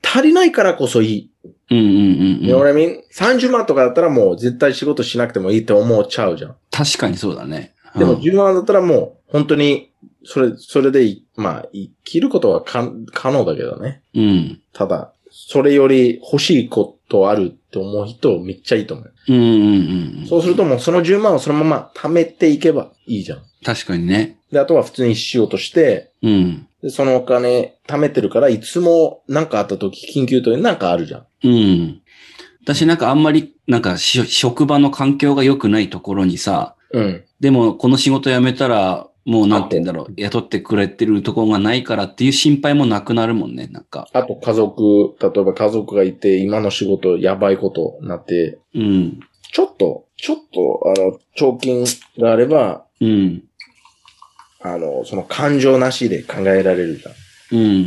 足りないからこそい
うんうんう
い。
ん
ね、
うん。
俺みん、30万とかだったらもう絶対仕事しなくてもいいって思っちゃうじゃん。
確かにそうだね。
で
う
も
ん
10万だったらもう、本当に、それ、それでい、まあ、生きることはか可能だけどね。
うん。
ただ、それより欲しいことあるって思う人めっちゃいいと思う。
うんうんうん。
そうするともうその10万をそのまま貯めていけばいいじゃん。
確かにね。
で、あとは普通にしようとして、
うん。
で、そのお金貯めてるから、いつもなんかあった時、緊急となんかあるじゃん。
うん。私なんかあんまり、なんかし職場の環境が良くないところにさ、
うん。
でもこの仕事辞めたら、もうなんて言うんだろう、雇ってくれてるところがないからっていう心配もなくなるもんね、なんか。
あと家族、例えば家族がいて、今の仕事やばいことになって、
うん。
ちょっと、ちょっと、あの、貯金があれば、
うん。
あの、その感情なしで考えられるじゃん。
うん。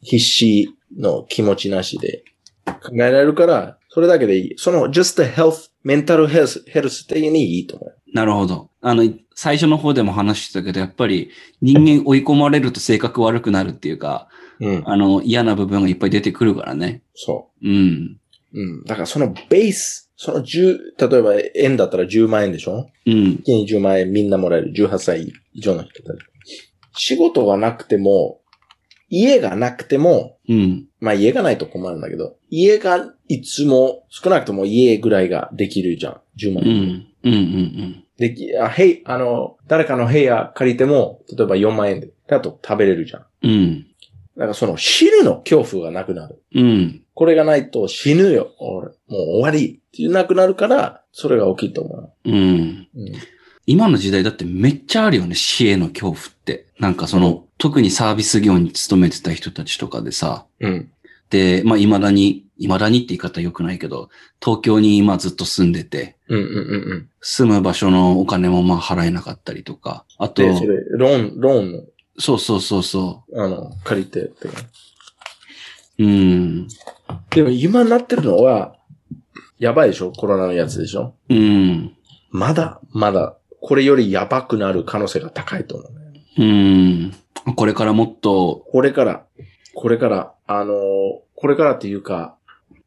必死の気持ちなしで考えられるから、それだけでいい。その、just the health, mental health, health 的にいいと思う。
なるほど。あの、最初の方でも話してたけど、やっぱり人間追い込まれると性格悪くなるっていうか、
うん。
あの、嫌な部分がいっぱい出てくるからね。
そ
うん。
う。うん。だからそのベース、その10、例えば円だったら10万円でしょ
うん。
一気に10万円みんなもらえる。18歳以上の人たち。仕事がなくても、家がなくても、
うん。
まあ家がないと困るんだけど、家がいつも、少なくとも家ぐらいができるじゃん。10万
うん。う
円。
ん。うん。うん。
でき、あ、へい、あの、誰かの部屋借りても、例えば4万円で、だと食べれるじゃん。
うん。
だからその死ぬの恐怖がなくなる。
うん。
これがないと死ぬよ。俺もう終わり。っていうなくなるから、それが大きいと思
うん。
う。うん。
今の時代だってめっちゃあるよね、死への恐怖って。なんかその、特にサービス業に勤めてた人たちとかでさ、
うん。
で、まあ、未だに、未だにって言い方良くないけど、東京に今ずっと住んでて、
うんうんうんうん。
住む場所のお金もまあ払えなかったりとか、あと、
で、それ、ローン、ローンの、
そうそうそうそ
あの、借りてってか。
う。うん。
でも今なってるのは、やばいでしょコロナのやつでしょ
うん。
まだ、まだ、これよりやばくなる可能性が高いと思うね。
うん。これからもっと、
これから、これから、あのーこれからっていうか、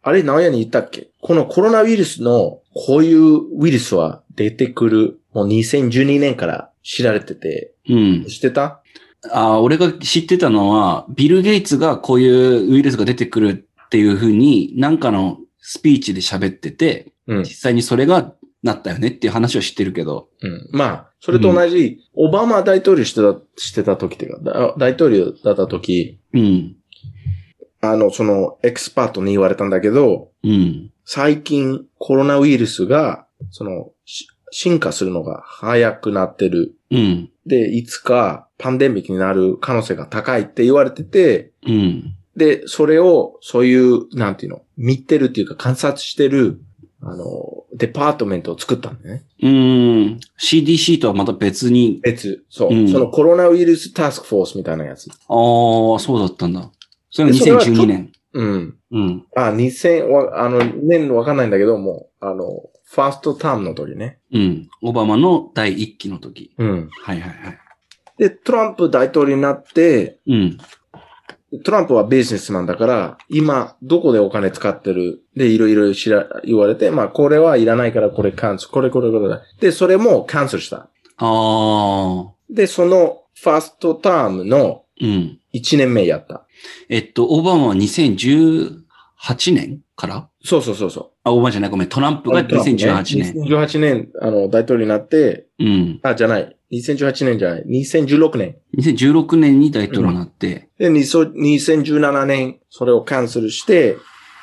あれ、名古屋に言ったっけこのコロナウイルスの、こういうウイルスは出てくる、もう2012年から知られてて、
うん。
知ってた
あー俺が知ってたのは、ビル・ゲイツがこういうウイルスが出てくるっていうふうに、なんかのスピーチで喋ってて、
うん
実。際にそれがなったよねっていう話を知ってるけど。
うん。まあ、それと同じ、オバマ大統領してた、してた時っていうか、だ大統領だった時、
うん。
あの、その、エキスパートに言われたんだけど、
うん。
最近コロナウイルスが、その、し進化するのが早くなってる。
うん。
で、いつかパンデミックになる可能性が高いって言われてて、
うん。
で、それを、そういう、なんていうの、見てるっていうか観察してる、あの、デパートメントを作ったんだね。
うーん。CDC とはまた別に、
別、そう、
うん
そのコロナウイルスタスクフォースみたいなやつ。
ああ、そうだったんだ。それが
でそれはちょ
2012年。
うん。
うん。
あ、2000、わあの、年のわかんないんだけど、もう、あの、ファーストタームの時ね。
うん。オバマの第一期の時。
うん。
はいはいはい。
で、トランプ大統領になって、
うん。
トランプはビジネスマンだから、今、どこでお金使ってるで、いろいろ知ら、言われて、まあ、これはいらないから、これカンセル、これこれこれだ。で、それもカンセルした。
ああ。
で、その、ファーストタームの
うん。
1年目やった。
えっと、オバマは2018年から
そうそうそうそ
あ、オバマじゃない、ごめん。トランプ
う。
が
トランプね
2018年。
2018年、あの、大統領になって、
うん。
あ、じゃない。2018年じゃない。2016年。
2016年に大統領になって、
で、にそ2017年、それをカンセルして、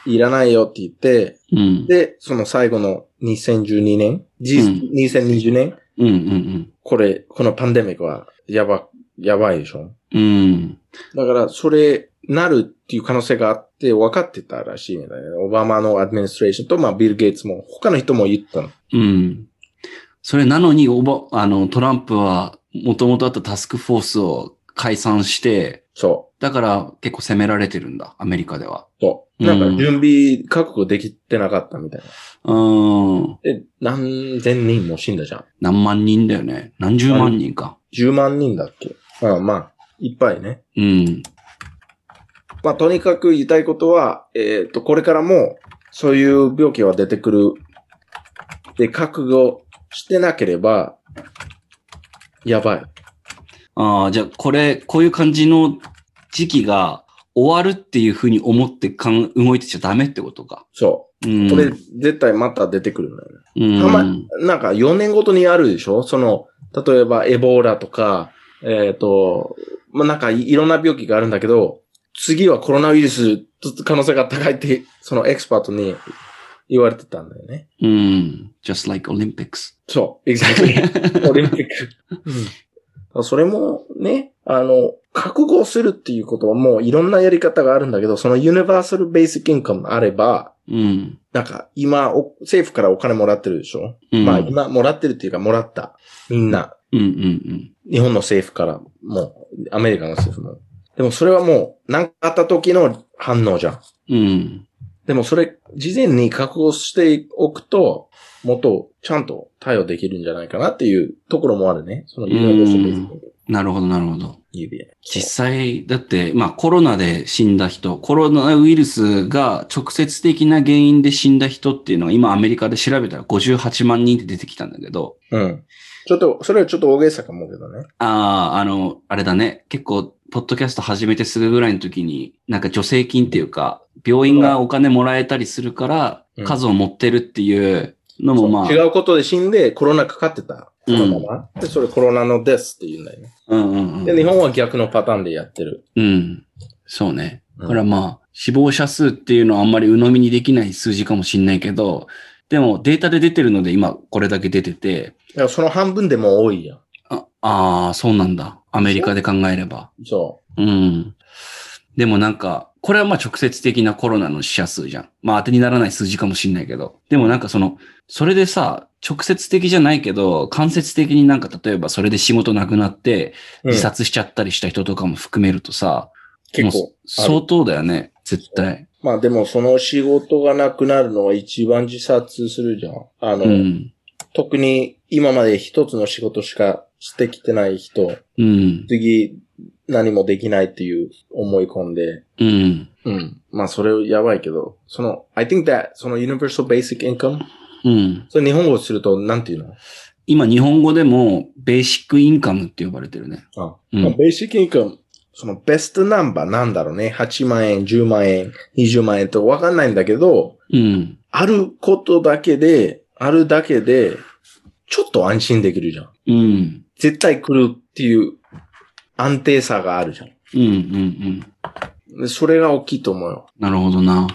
いらないよって言って、
うん。
で、その最後の2012年、じ
うん
2020年、
うんうん
これ、このパンデミックは、やば、やばいでしょ
うん。うん。
だから、それ、なるっていう可能性があって、分かってたらしいみたいな。オバマのアドミニストレーションと、まあ、ビル・ゲイツも、他の人も言ったの。
うん。それなのに、オバ、あの、トランプは、もともとあったタスクフォースを解散して、
そ
だから結構責められてるんだ、アメリカでは。
う。そうう。
ん
なんか、準備、確保できてなかったみたい
う
な。
ーん。
で、何千人も死んだじゃん。
何万人だよね。何十万人か。
10万人だっけまあまあ、いっぱいね。
うん。
まあ、とにかく言いたいことは、えっ、と、これからも、そういう病気は出てくる。で、覚悟してなければ、やばい。
ああ、じゃあこれ、こういう感じの時期が終わるっていうふうに思ってかん動いてちゃダメってことか。
そうう。
ん。
これ、絶対また出てくるんだよね。
うん、
たまなんか、4年ごとにあるでしょその、例えば、エボーラとか、えっ、と、まあ、なんかい、いろんな病気があるんだけど、次はコロナウイルス、可能性が高いって、そのエクスパートに言われてたんだよね。
うん。just like Olympics.
そう、exactly. オリンピック。それもね、あの、覚悟するっていうことはもういろんなやり方があるんだけど、そのユニバーサルベーシックインカムあれば、
うん。
なんか今お、政府からお金もらってるでしょ、
うん、
まあ
うん
今もらってるっていうかもらった。みんな。
うんうん。
日本の政府からも、アメリカの政府も。でもそれはもう何かあった時の反応じゃん。
うん。
でもそれ、事前に覚悟しておくと、もっとちゃんと対応できるんじゃないかなっていうところもあるね。その
うん
ユニバーサルベーシックインカム
なるほど、なるほど。
指輪。
実際、だって、まあコロナで死んだ人、コロナウイルスが直接的な原因で死んだ人っていうのは今アメリカで調べたら58万人って出てきたんだけど、
うん。ちょっと、それはちょっと大げさかもけどね。
ああ、あの、あれだね。結構、ポッドキャスト始めてすぐぐらいの時に、なんか助成金っていうか、病院がお金もらえたりするから
う、ん
数を持ってるっていうのもまあ、
違うことで死んでコロナかかってた。このまま。で、それコロナのですって言うんだよね。
うんうんう
で、日
ん。
本は逆のパターンでやってる。
うん。そうね。
うん
だからまあ、死亡者数っていうのはあんまり鵜呑みにできない数字かもしんないけど、でもデータで出てるので今これだけ出てて、
だからその半分でも多いやん。
ああー、そうなんだ。アメリカで考えれば。
そ
うん。でもなんか、これはまあ直接的なコロナの死者数じゃん。まあ当てにならない数字かもしんないけど。でもなんかその、それでさ、直接的じゃないけど、間接的になんか例えばそれで仕事なくなって
う。
自殺しちゃったりした人とかも含めるとさ、
うん、結
もう
構。
相当だよね、絶対。
まあでもその仕事がなくなるのは一番自殺するじゃん。あの、
うん。
特に今まで一つの仕事しかしてきてない人、
うん。
次何もできないっていう思い込んで。
うん。
うん。まあそれやばいけど、その、I think that, その universal basic income?
うん。
それ日本語するとなんていうの
今日本語でも、ベーシックインカムって呼ばれてるね。
あ、
うん
まあ、ベーシックインカム、そのベストナンバーなんだろうね。8万円、10万円、20万円とわかんないんだけど、
うん。
あることだけで、あるだけで、ちょっと安心できるじゃん。
うん。
絶対来るっていう安定さがあるじゃん
うん。うん。うん。。
でそれが大きいと思うよ。
なるほどな。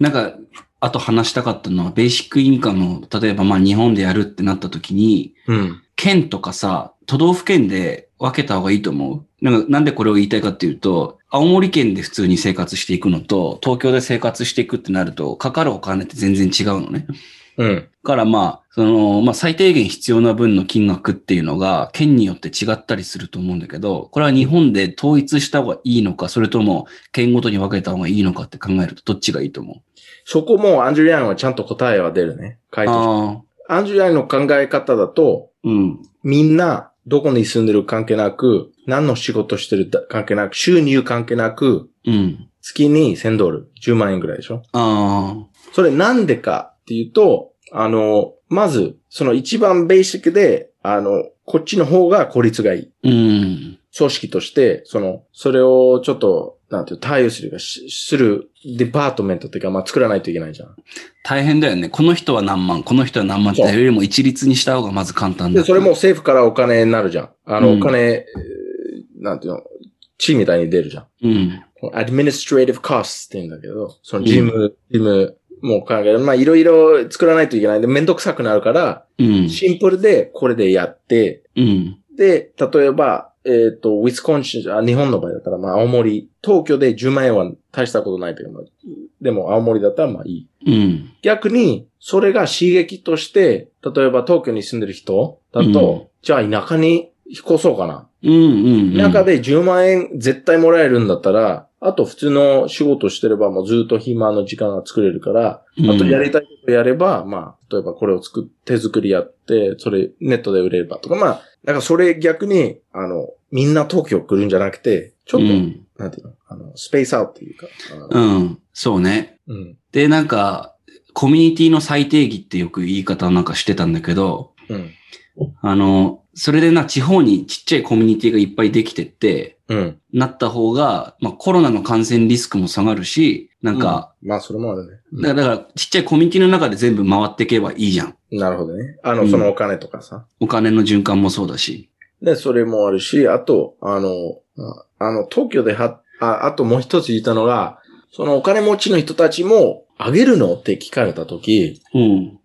なんか、あと話したかったのは、ベーシックインカムを、例えばまあ日本でやるってなった時に、
うん。
県とかさ、都道府県で分けた方がいいと思う。なんかなんでこれを言いたいかっていうと、青森県で普通に生活していくのと、東京で生活していくってなると、かかるお金って全然違うのね。だ
うん。
からまあ、その、まあ最低限必要な分の金額っていうのが、県によって違ったりすると思うんだけど、これは日本で統一した方がいいのか、それとも県ごとに分けた方がいいのかって考えると、どっちがいいと思う
そこもアンジュリアンはちゃんと答えは出るね。回答。
ああ、
アンジュリアンの考え方だと、
うん。
みんな、どこに住んでる関係なく、何の仕事してるだ関係なく、収入関係なく、
うん。
月に1000ドル、10万円ぐらいでしょ
あ
それなんでかっていうと、あの、まず、その一番ベーシックで、あの、こっちの方が効率がいい。
あ、うん。
組織として、その、それをちょっと、なんていう、対応するかし、するデパートメントっていうか、まあ、作らないといけないじゃん。
大変だよね。この人は何万、この人は何万って
そう
よりも一律にした方がまず簡単だ。
で、それも。政府からお金になるじゃん。あの、
うん
お金、えーなんていうの、地みたいに出るじゃん。
うん。
アドミニストレーティブコストって言うんだけど、その事務、事務、もう考える。まあ、いろいろ作らないといけない。で、めんどくさくなるから、
うん。
シンプルで、これでやって、
うん。
で、例えば、えっ、と、ウィスコンシン、あ日本の場合だったら、まあ、青森、東京で10万円は大したことないけど、まあでも青森だったらまあいい。
うん。
逆に、それが刺激として、例えば東京に住んでる人だと、
うん
じゃあ田舎に引っ越そうかな。
うん。うん。
田舎で10万円絶対もらえるんだったら、あと普通の仕事してればもうずっと暇の時間が作れるから、
うん、
あとやりたいことやれば、まあ、例えばこれを作っ手作りやって、それネットで売れればとか、まあ、だからそれ逆に、あの、みんな東京来るんじゃなくて、ちょっと、
うん。
なんていうの、あの、スペースアウトっていうか、あの
うん。そうね。
うん、
で、なんか、コミュニティの最定義ってよく言い方をなんかしてたんだけど、
うん、
あの、それでな、地方にちっちゃいコミュニティがいっぱいできてって、
うん。
なった方が、まあ、コロナの感染リスクも下がるし、なんか、
まあ、それもあるね
だから、だからちっちゃいコミュニティの中で全部回っていけばいいじゃん。
うん。なるほどね。あ
う
の、
ん
そのお金とかさ。
お金の循環もそうだし。
で、それもあるし、あと、あの、ああの、東京では、ああともう一つ言ったのが、そのお金持ちの人たちも、あげるのって聞かれたとき、
うん。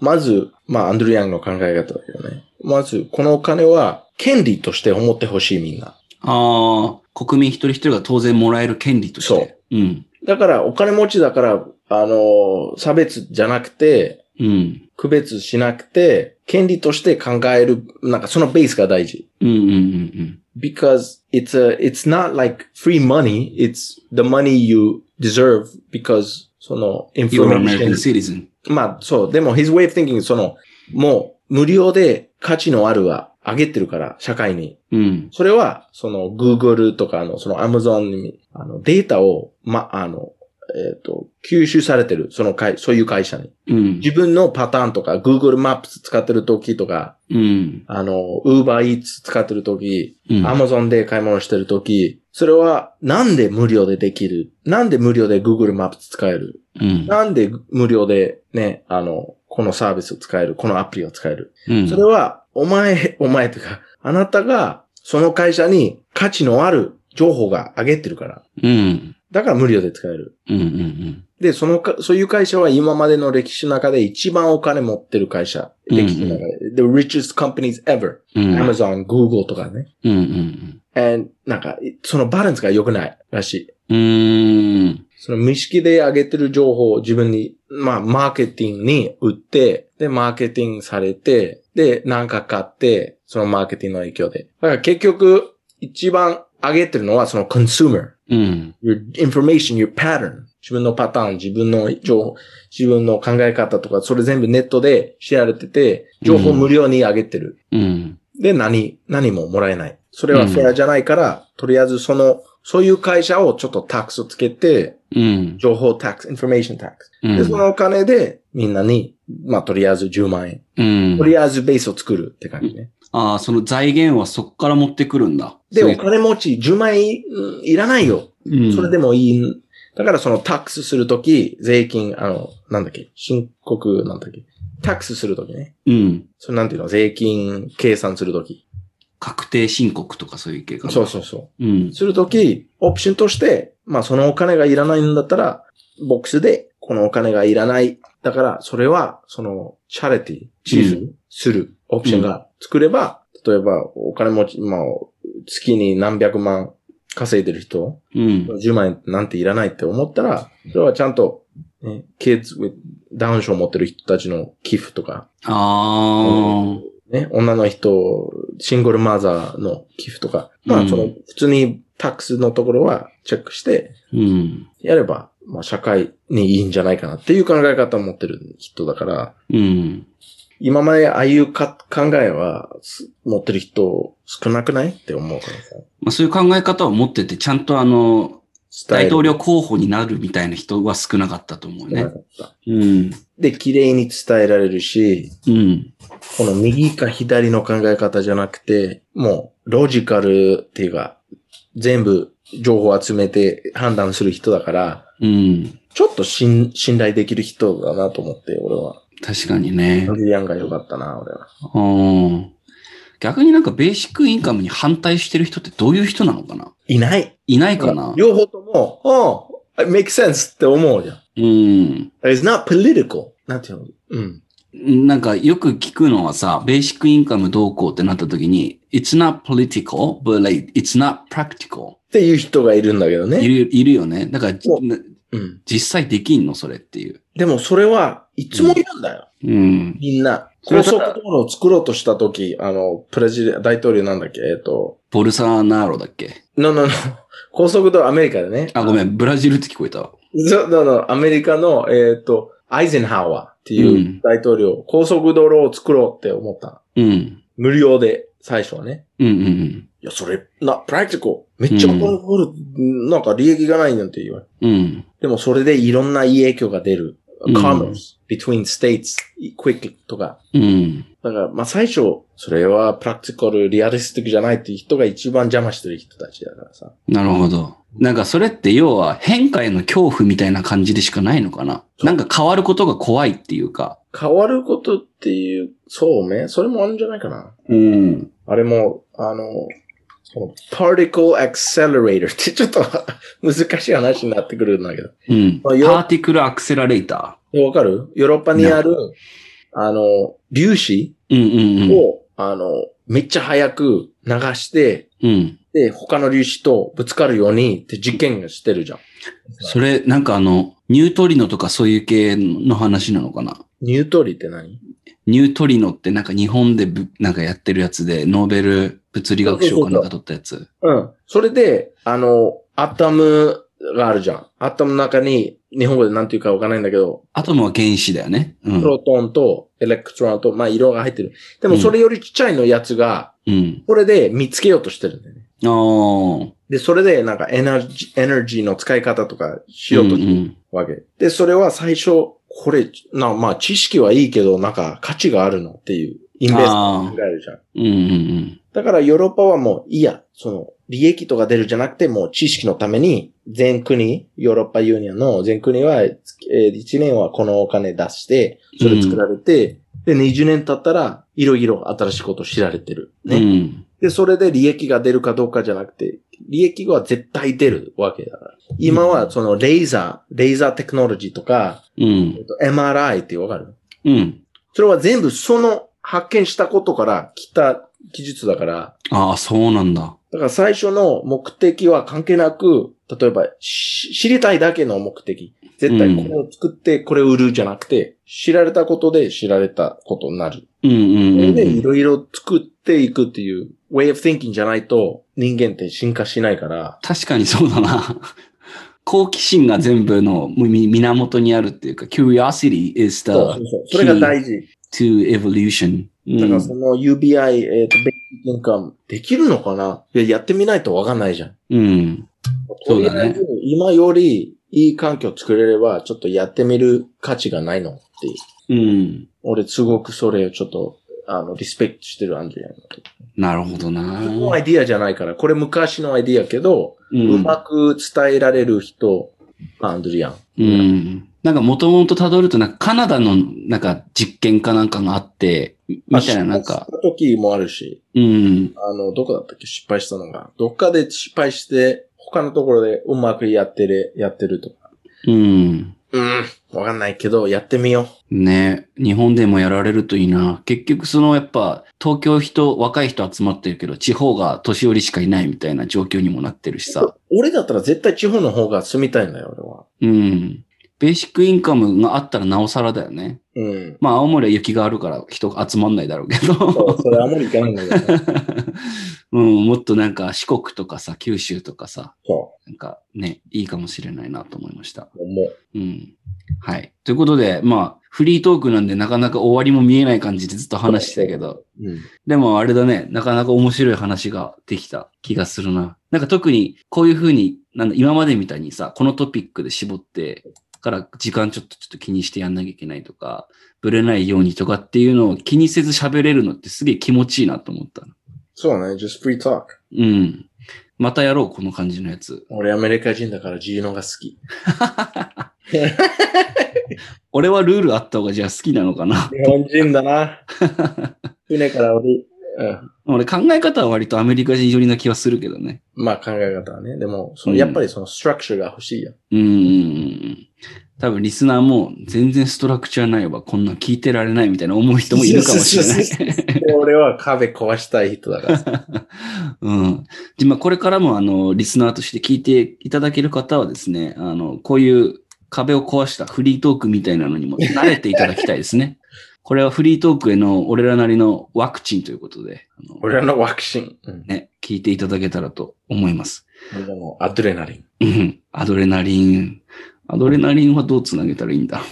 まず、まあ、アンドリュー・ヤングの考え方だけどね。まず、このお金は、権利として思ってほしい、みんな。
ああ、国民一人一人が当然もらえる権利として。。
そう
うん。
だから、お金持ちだから、あのー差別じゃなくて、
うん。
区別しなくて、権利として考える、なんかそのベースが大事。
うんうんうん
because it's a, it's not like free money, it's the money you deserve because, その、
うん。You're an American
information
citizen.
まあ、そう。でも、his way of thinking その、もう、無料で価値のあるは、上げてるから、社会に。
うん。
それは、その Google とかの、その Amazon に、あの、データを、ま、あの、えっ、と、吸収されてる、その会、そういう会社に。
うん。
自分のパターンとか、Google Maps 使ってる時とか、
うん。
あの、Uber Eats 使ってる時、
うん。
Amazon で買い物してる時、それは、なんで無料でできるなんで無料で Google Maps 使える
うん。
なんで無料でね、あの、このサービスを使えるこのアプリを使える
うん。
それは、お前、お前というか、あなたが、その会社に価値のある情報が上げてるから。
うん。
だから無料で使える。
うん。うん。
で、そのか、そういう会社は今までの歴史の中で一番お金持ってる会社。
うんうん
歴史の中で。The richest companies ever.
うん。うん。
Amazon, Google とかね。
うん。
And, なんか、そのバランスが良くないらしい。
うん。うん。
その無意識で上げてる情報を自分に、まあ、マーケティングに売って、で、マーケティングされて、で、なんか買って、そのマーケティングの影響で。だから結局、一番上げてるのはその consumer。
うん。
your information, your pattern. 自分のパターン、自分の情報、自分の考え方とか、それ全部ネットで知られてて、情報無料に上げてる。
うん。
で、何、何ももらえない。それはフェアじゃないから、とりあえずその、そういう会社をちょっとタックスをつけて、
うん。
情報タックス、インフォメーションタックス。
う
で、その
ん。
お金でみんなに、まあ、とりあえず10万円。
うん
と。りあえずベースを作るって感じね。
ああ、その財源はそこから持ってくるんだ。
で、
そ
お
れ
金持ち10万円うんいらないよ。
うん。
それでもいい。だからそのタックスするとき、税金、あの、なんだっけ、申告なんだっけ、タックスするときね。
うん。
それなんていうの、税金計算するとき。
確定申告とかそういう系かな。。
そうそうそう
うん
う。。するとき、オプションとして、まあそのお金がいらないんだったら、ボックスで、このお金がいらない。だから、それは、その、チャリティ、寄
う
付するオプションが作れば、例えば、お金持ち、まあ、月に何百万稼いでる人、
うん。
10万円なんていらないって思ったら、それはちゃんと、ね、kids with ダウン症持ってる人たちの寄付とか、
あ
ね、女の人、シングルマザーの寄付とか、ま
う
あ、
ん
その、普通にタックスのところはチェックして、
あ。うん。
やれば、まあ、社会にいいんじゃないかなっていう考え方を持ってる人だから、
うん。
今までああいうか考えはす持ってる人少なくないって思うからさ。
まあ、そういう考え方を持ってて、ちゃんとあの、大統領候補になるみたいな人は少なかったと思う
伝
ね
えな。かった。
うん。
で、綺麗に伝えられるし、
うん。
この右か左の考え方じゃなくて、もうロジカルっていうか、全部情報を集めて判断する人だから、
うん。
ちょっと信信頼できる人だなと思って、俺は。
確かにね
ア。リアンが良かったな、俺は。
うん。逆になんかベーシックインカムに反対してる人ってどういう人なのかない
ない。
いないかな
両方とも、おう it makes sense って思うじゃん。
うん。
It's not political. なんていうのうん。
なんかよく聞くのはさ、ベーシックインカムどうこうってなった時に、it's not political, but like, it's not practical.
っていう人がいるんだけどね。
いる、いるよね。だから、じ
そううん。
実際できんのそれっていう。
でもそれはいつもいるんだよ。
うん。
みんな。
それ
高
はただ
速道路を作ろうとしたとき、あの、プレジデ、大統領なんだっけえっと、
ボルサーナーロだっけ
No, no, no. 高速道路アメリカでね。
あ、ごめん、ブラジルって聞こえたわ。
そう、no, no. アメリカの、えっ、と、アイゼンハワーっていう大統領、高速道路を作ろうって思った。
うん。
無料で、最初はね。
うんうんうん。
いや、それ、な、プラクティコ。めっちゃお金かかる。なんか利益がないなんて言わ
う
れ。
ん。
でもそれでいろんないい影響が出る。
うん
commerce, between states, quick とか。
うん。
だから、まあ最初、それはプラクティカル、リアリスティックじゃないっていう人が一番邪魔してる人たちだからさ。
なるほど。なんかそれって要は変化への恐怖みたいな感じでしかないのかな
そう
なんか変わることが怖いっていうか。
変わることっていう、そうね。それもあるんじゃないかな。
うん。
あれも、あの、その particle accelerator ってちょっと 難しい話になってくるんだけど。
うん。パ
まあよ
ーティクルアクセラレータ
でわかるヨーロッパにある、あの、粒
ー。
子
うんうんうん。
を、あの、めっちゃ早く流して、
うん。
で、他の粒子とぶつかるようにって実験してるじゃん。
それ、なんかあの、ニュートリノとかそういう系の話なのかな
ニュートリって何
ニュートリノってなんか日本でぶなんかやってるやつで、ノーベル物理学賞かなんか取ったやつ。
うん。それで、あの、アタム、があるじゃん。アトムの中に、日本語で何て言うかわかんないんだけど、
アトムは原子だよね。う
プ
ん。
ロトンとエレクトロンと、まあ、色が入ってる。でもそれよりちっちゃいのやつが、
うん。
これで見つけようとしてるんだよね。
ああ。
で、それでなんかエナジー、エネルギーの使い方とかしようと
うん
す
う
る
ん
わけ。で、それは最初、これ、な、まあ知識はいいけど、なんか価値があるのっていう、インベスト
あ
考えるじゃん。
うんうん
だからヨーロッパはもう、いや、その、利益とか出るじゃなくて、もう知識のために、全国、ヨーロッパユニオンの全国は、えー1年はこのお金出して、それ作られて、で、20年経ったら、いろいろ新しいことを知られてる。
うん。う
ね。
ん。
で、それで利益が出るかどうかじゃなくて、利益は絶対出るわけだから。今は、その、レーザー、レーザーテクノロジーとか、
うん
えっ。と MRI ってわかる
うん。
それは全部その発見したことから来た技術だから、
ああ、そうなんだ。
だから最初の目的は関係なく、例えばし知りたいだけの目的。絶対これを作ってこれを売るじゃなくて、知られたことで知られたことになる。
うんうん
それ
うんう
でい
ん。
ろいろ作っていくっていう way of thinking じゃないと人間って進化しないから、
確かにそうだな。 好奇心が全部のみ源にあるっていうか、curiosity is the
そうそうそうそれが大事。
to evolution. うん
だからその UBI、えっ、と、ベインカムできるのかないや、やってみないとわかんないじゃん。
うん。そうだね
とりあえず今よりいい環境作れれば、ちょっとやってみる価値がないのっていう。
うん。
俺、すごくそれをちょっと、あの、リスペクトしてるアンジェリアのこと。
なるほどな。
このアイディアじゃないから、これ昔のアイディアけど、
う
うんまく伝えられる人、アンドリアン。
うん。なんかもともとたどると、なんかカナダのなんか実験かなんかがあって、み
まあ
たいななんか
失、敗した時もあるし、
うん。
あの、どこだったっけ失敗したのが。どっかで失敗して、他のところでうまくやってる、やってるとか。
うん。
うん、わかんないけど、やってみよ
ね日本でもやられるといいな。結局そのやっぱ東京人、若い人集まってるけど、地方が年寄りしかいないみたいな状況にもなってるし
う
さ。。
俺だったら絶対地方の方が住みたいんだよ、
うん。ベーシックインカムがあったらなおさらだよね。
俺は。うん。
まあ青森は雪があるから人が集まんないだろうけど。
そう、それあんまりいかないんだけどね。
うん、もっとなんか四国とかさ、九州とかさ、
そ
なんかね、いいかもしれないなと思いました。
う、思う。
うん。はい。ということで、まあ、フリートークなんでなかなか終わりも見えない感じでずっと話してたけど、
うん。
でもあれだね、なかなか面白い話ができた気がするな。なんか特にこういうふうに、なんだ、今までみたいにさ、このトピックで絞って、から時間ちょっとちょっと気にしてやんなきゃいけないとか、ブレないようにとかっていうのを気にせず喋れるのってすげえ気持ちいいなと思ったな。
そうね、just free talk.
うん。またやろう、この感じのやつ。
俺アメリカ人だから自由のが好き。
俺はルールあった方がじゃあ好きなのかな。
日本人だな。 船から降り、うん。
俺考え方は割とアメリカ人寄りな気はするけどね。
まあ考え方はね。でも、その
うん
やっぱりそのストラクチャーが欲しいよ。
うーん。多分リスナーも全然ストラクチャーないわ、こんなん聞いてられないみたいな思う人もいるかもしれ
そうそう
ない。
で俺は壁壊したい人だから。
うん。で、まあ、これからも、あの、リスナーとして聞いていただける方はですね、あの、こういう壁を壊したフリートークみたいなのにも慣れていただきたいですね。 これはフリートークへの俺らなりのワクチンということで、あの
俺のワクチン。うん。
ね、聞いていただけたらと思います。
俺のアドレナリン。
うんアドレナリン。アドレナリンはどうつなげたらいい んだろ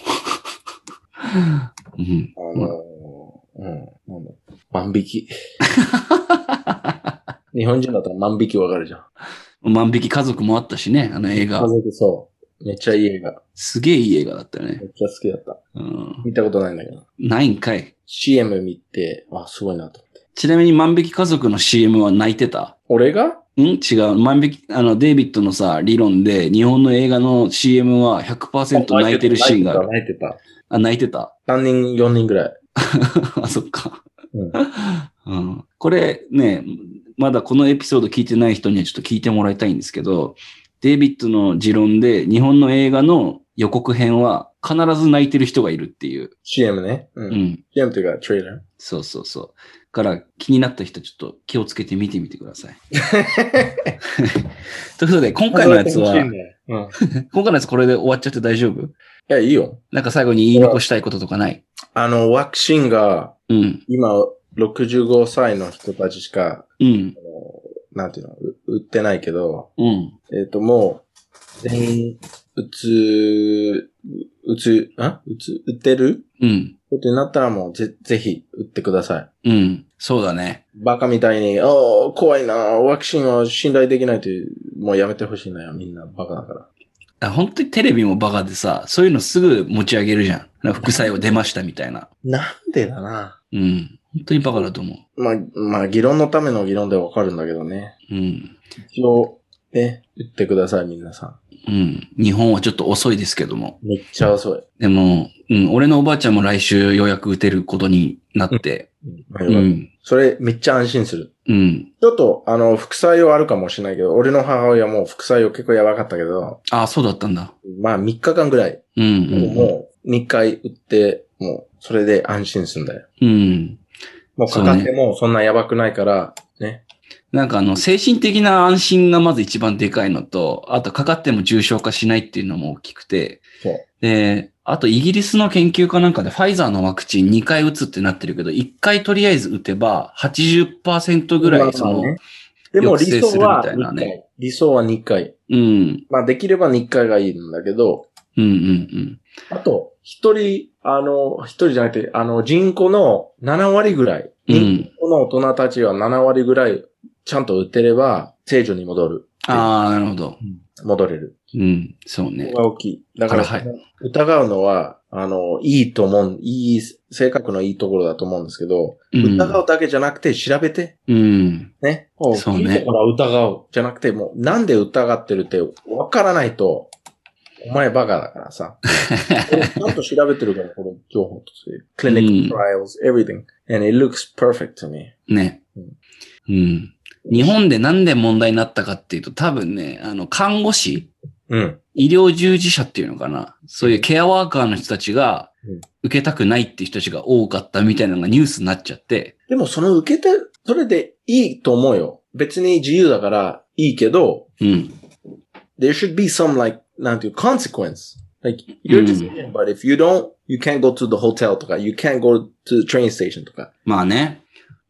う。うん
あのー、うん。なんだ万引 き。日本人だったら万引きわかるじゃん。
万引き家族もあったしね、あの映
家
画。
族そう。めっちゃいい映画。
すげえいい映画だったよね
め。っちゃ好きだった。
うん、
見たことないんだけど。
ないんかい。
CM 見て、あ、すごいなと。
ちなみに万引き家族の CM は泣いてた
俺が
ん違う。万引き、あの、デイビッドのさ、理論で、日本の映画の CM は100%泣いてるシーンがある。
泣いてた。
あ、泣いてた。
3人、4人ぐらい。
あ、そっか。
うん
うん、これね、まだこのエピソード聞いてない人にはちょっと聞いてもらいたいんですけど、デイビッドの持論で日本の映画の予告編は必ず泣いてる人がいるっていう。
CM ね。う。
うんん。
CM というか、トレーラ
そうそうそう。から気になった人ちょっと気をつけて見てみてくださ い。ということで、今
ー。
回のやつは、
うん。
今
い
回のやつこれで終わっちゃって大丈夫
や、いいよ。
なんか最後に言い残したいこととかない
あの、ワクチンが、
うん。
今、65歳の人たちしか、
うん。
なんていうの、う売ってないけど、
うん。
えっ、と、もう、全、打つ、打つ、あ打つ、打てる
うん。
ってなったらもうぜ、ぜひ打ってください。
うん。そうだね。
バカみたいに、ああ、怖いな、ワクチンは信頼できないという、もうやめてほしいなよ、みんな、バカだから。
あ本当にテレビもバカでさ、そういうのすぐ持ち上げるじゃん。なんか副作用出ましたみたいな。
なんでだな。
うん。本当にバカだと思
まあ、まあ、議論のための議論でわかるんだけどね。
う。うん。
一応、ね、言ってください、皆さ
うん。日本はちょっと遅いですけども。
ん。めっちゃ遅い。
でも、うん、俺のおばあちゃんも来週ようやく打てることになって。
まあ
う
よかった
ん。
それ、めっちゃ安心する。
うん。
ちょっと、あの、副作用あるかもしれないけど、俺の母親も副作用結構やばかったけど、
ああ、そうだったんだ。
まあ3日間ぐらい、
うん、
もう
うん。
もう2回打って、もう、それで安心するんだよ。
うん。
もうかかってもそんなやばくないから、ね。
なんかあの、精神的な安心がまず一番でかいのと、あとかかっても重症化しないっていうのも大きくて
そう、
で、あとイギリスの研究家なんかでファイザーのワクチン2回打つってなってるけど、1回とりあえず打てば80%ぐらい、そ
まあ
の、
まあねでも理
抑制する
想
み
は
たいな
2
ね
回。理想は2回。
うん、
まあできれば2回がいいんだけど、
うん、うん、
あと、一人、あの、一人じゃなくて、あの、人口の7割ぐらい。
うん。う
人
ん。
口の大人たちは7割ぐらい、ちゃんと打てれば、正常に戻る。
ああ、なるほど。
戻れる。
うん、そうね
こ。こが大きい。だから、
はい
疑うのは、あの、いいと思う、いい、性格のいいところだと思うんですけど、
うん
疑うだけじゃなくて調べて、
うん、
ね。
そうね
いいところは疑う。じゃなくて、もう、なんで疑ってるって、わからないと、お前バカだか らさ。俺ちゃんと調べてるから、この情報として。
うん
clinical trials, everything. And it looks perfect to me.
ね。うん。日本でなんで問題になったかっていうと、多分ね、あの、看護師
うん。
医療従事者っていうのかな。そういうケアワーカーの人たちが
うん、
受けたくないっていう人たちが多かったみたいなのがニュースになっちゃって。
でも、その受けて、それでいいと思うよ。別に自由だからいいけど、
うん。
there should be some like なんていう consequence. Like your
Mm.
decision, but if you don't, you can't go to the hotel とか、you can't go to the train station とか。
まあね。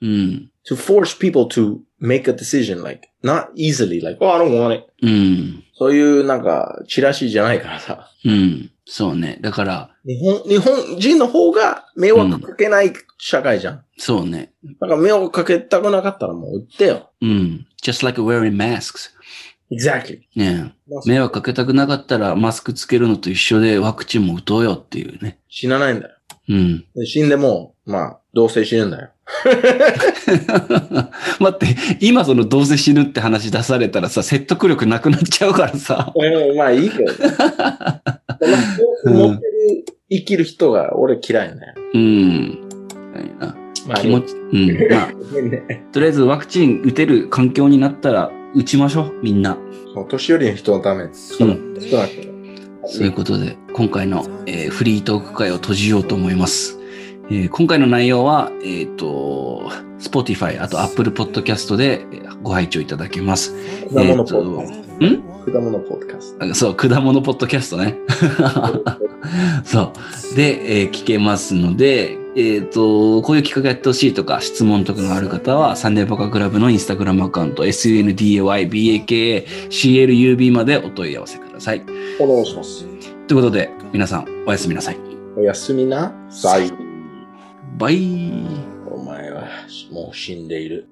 うん。
To force people to make a decision, like, not easily, like, oh, I don't want it.
うん。
そういうなんか、チラシじゃないからさ。
うん。そうね。だから、
日本、日本人の方が迷惑かけない社会じゃん。
そうね。
だから迷惑かけたくなかったらもう売ってよ。
うん。just like wearing masks.
Exactly.
ねえ迷惑かけたくなかったらマスクつけるのと一緒でワクチンも打とうよっていうね。
死なないんだよ。
うん。
で死んでも、まあ、どうせ死ぬんだよ。
待って、今そのどうせ死ぬって話出されたらさ、説得力なくなっちゃうからさ。
うん、まあいいけど。持ってる、生きる人が俺嫌いね。
うん。はいな
まあ、
気持ち、うん。 まあ、
ね。
とりあえずワクチン打てる環境になったら打ちましょう、みんな。
その年寄りの人のため、少な少なくとも
そういうことで、今回の、えーフリートーク会を閉じようと思います。えー今回の内容は、えっ、と、Spotify、あと Apple Podcast でえーご拝聴いただけます。
果物ポ
えーと
ッド、果物ポッドキャス
あそう、果物ポッドキャストね。 そ
ト。
う。で、えー聞けますので、えっ、と、こういう企画やってほしいとか、質問とかがある方は、サンデーバカクラブのインスタグラムアカウント、sundaybakaclub までお問い合わせください。
フォローします。
ということで、皆さん、おやすみなさい。
おやすみなさい。
バイ。
お前は、もう死んでいる。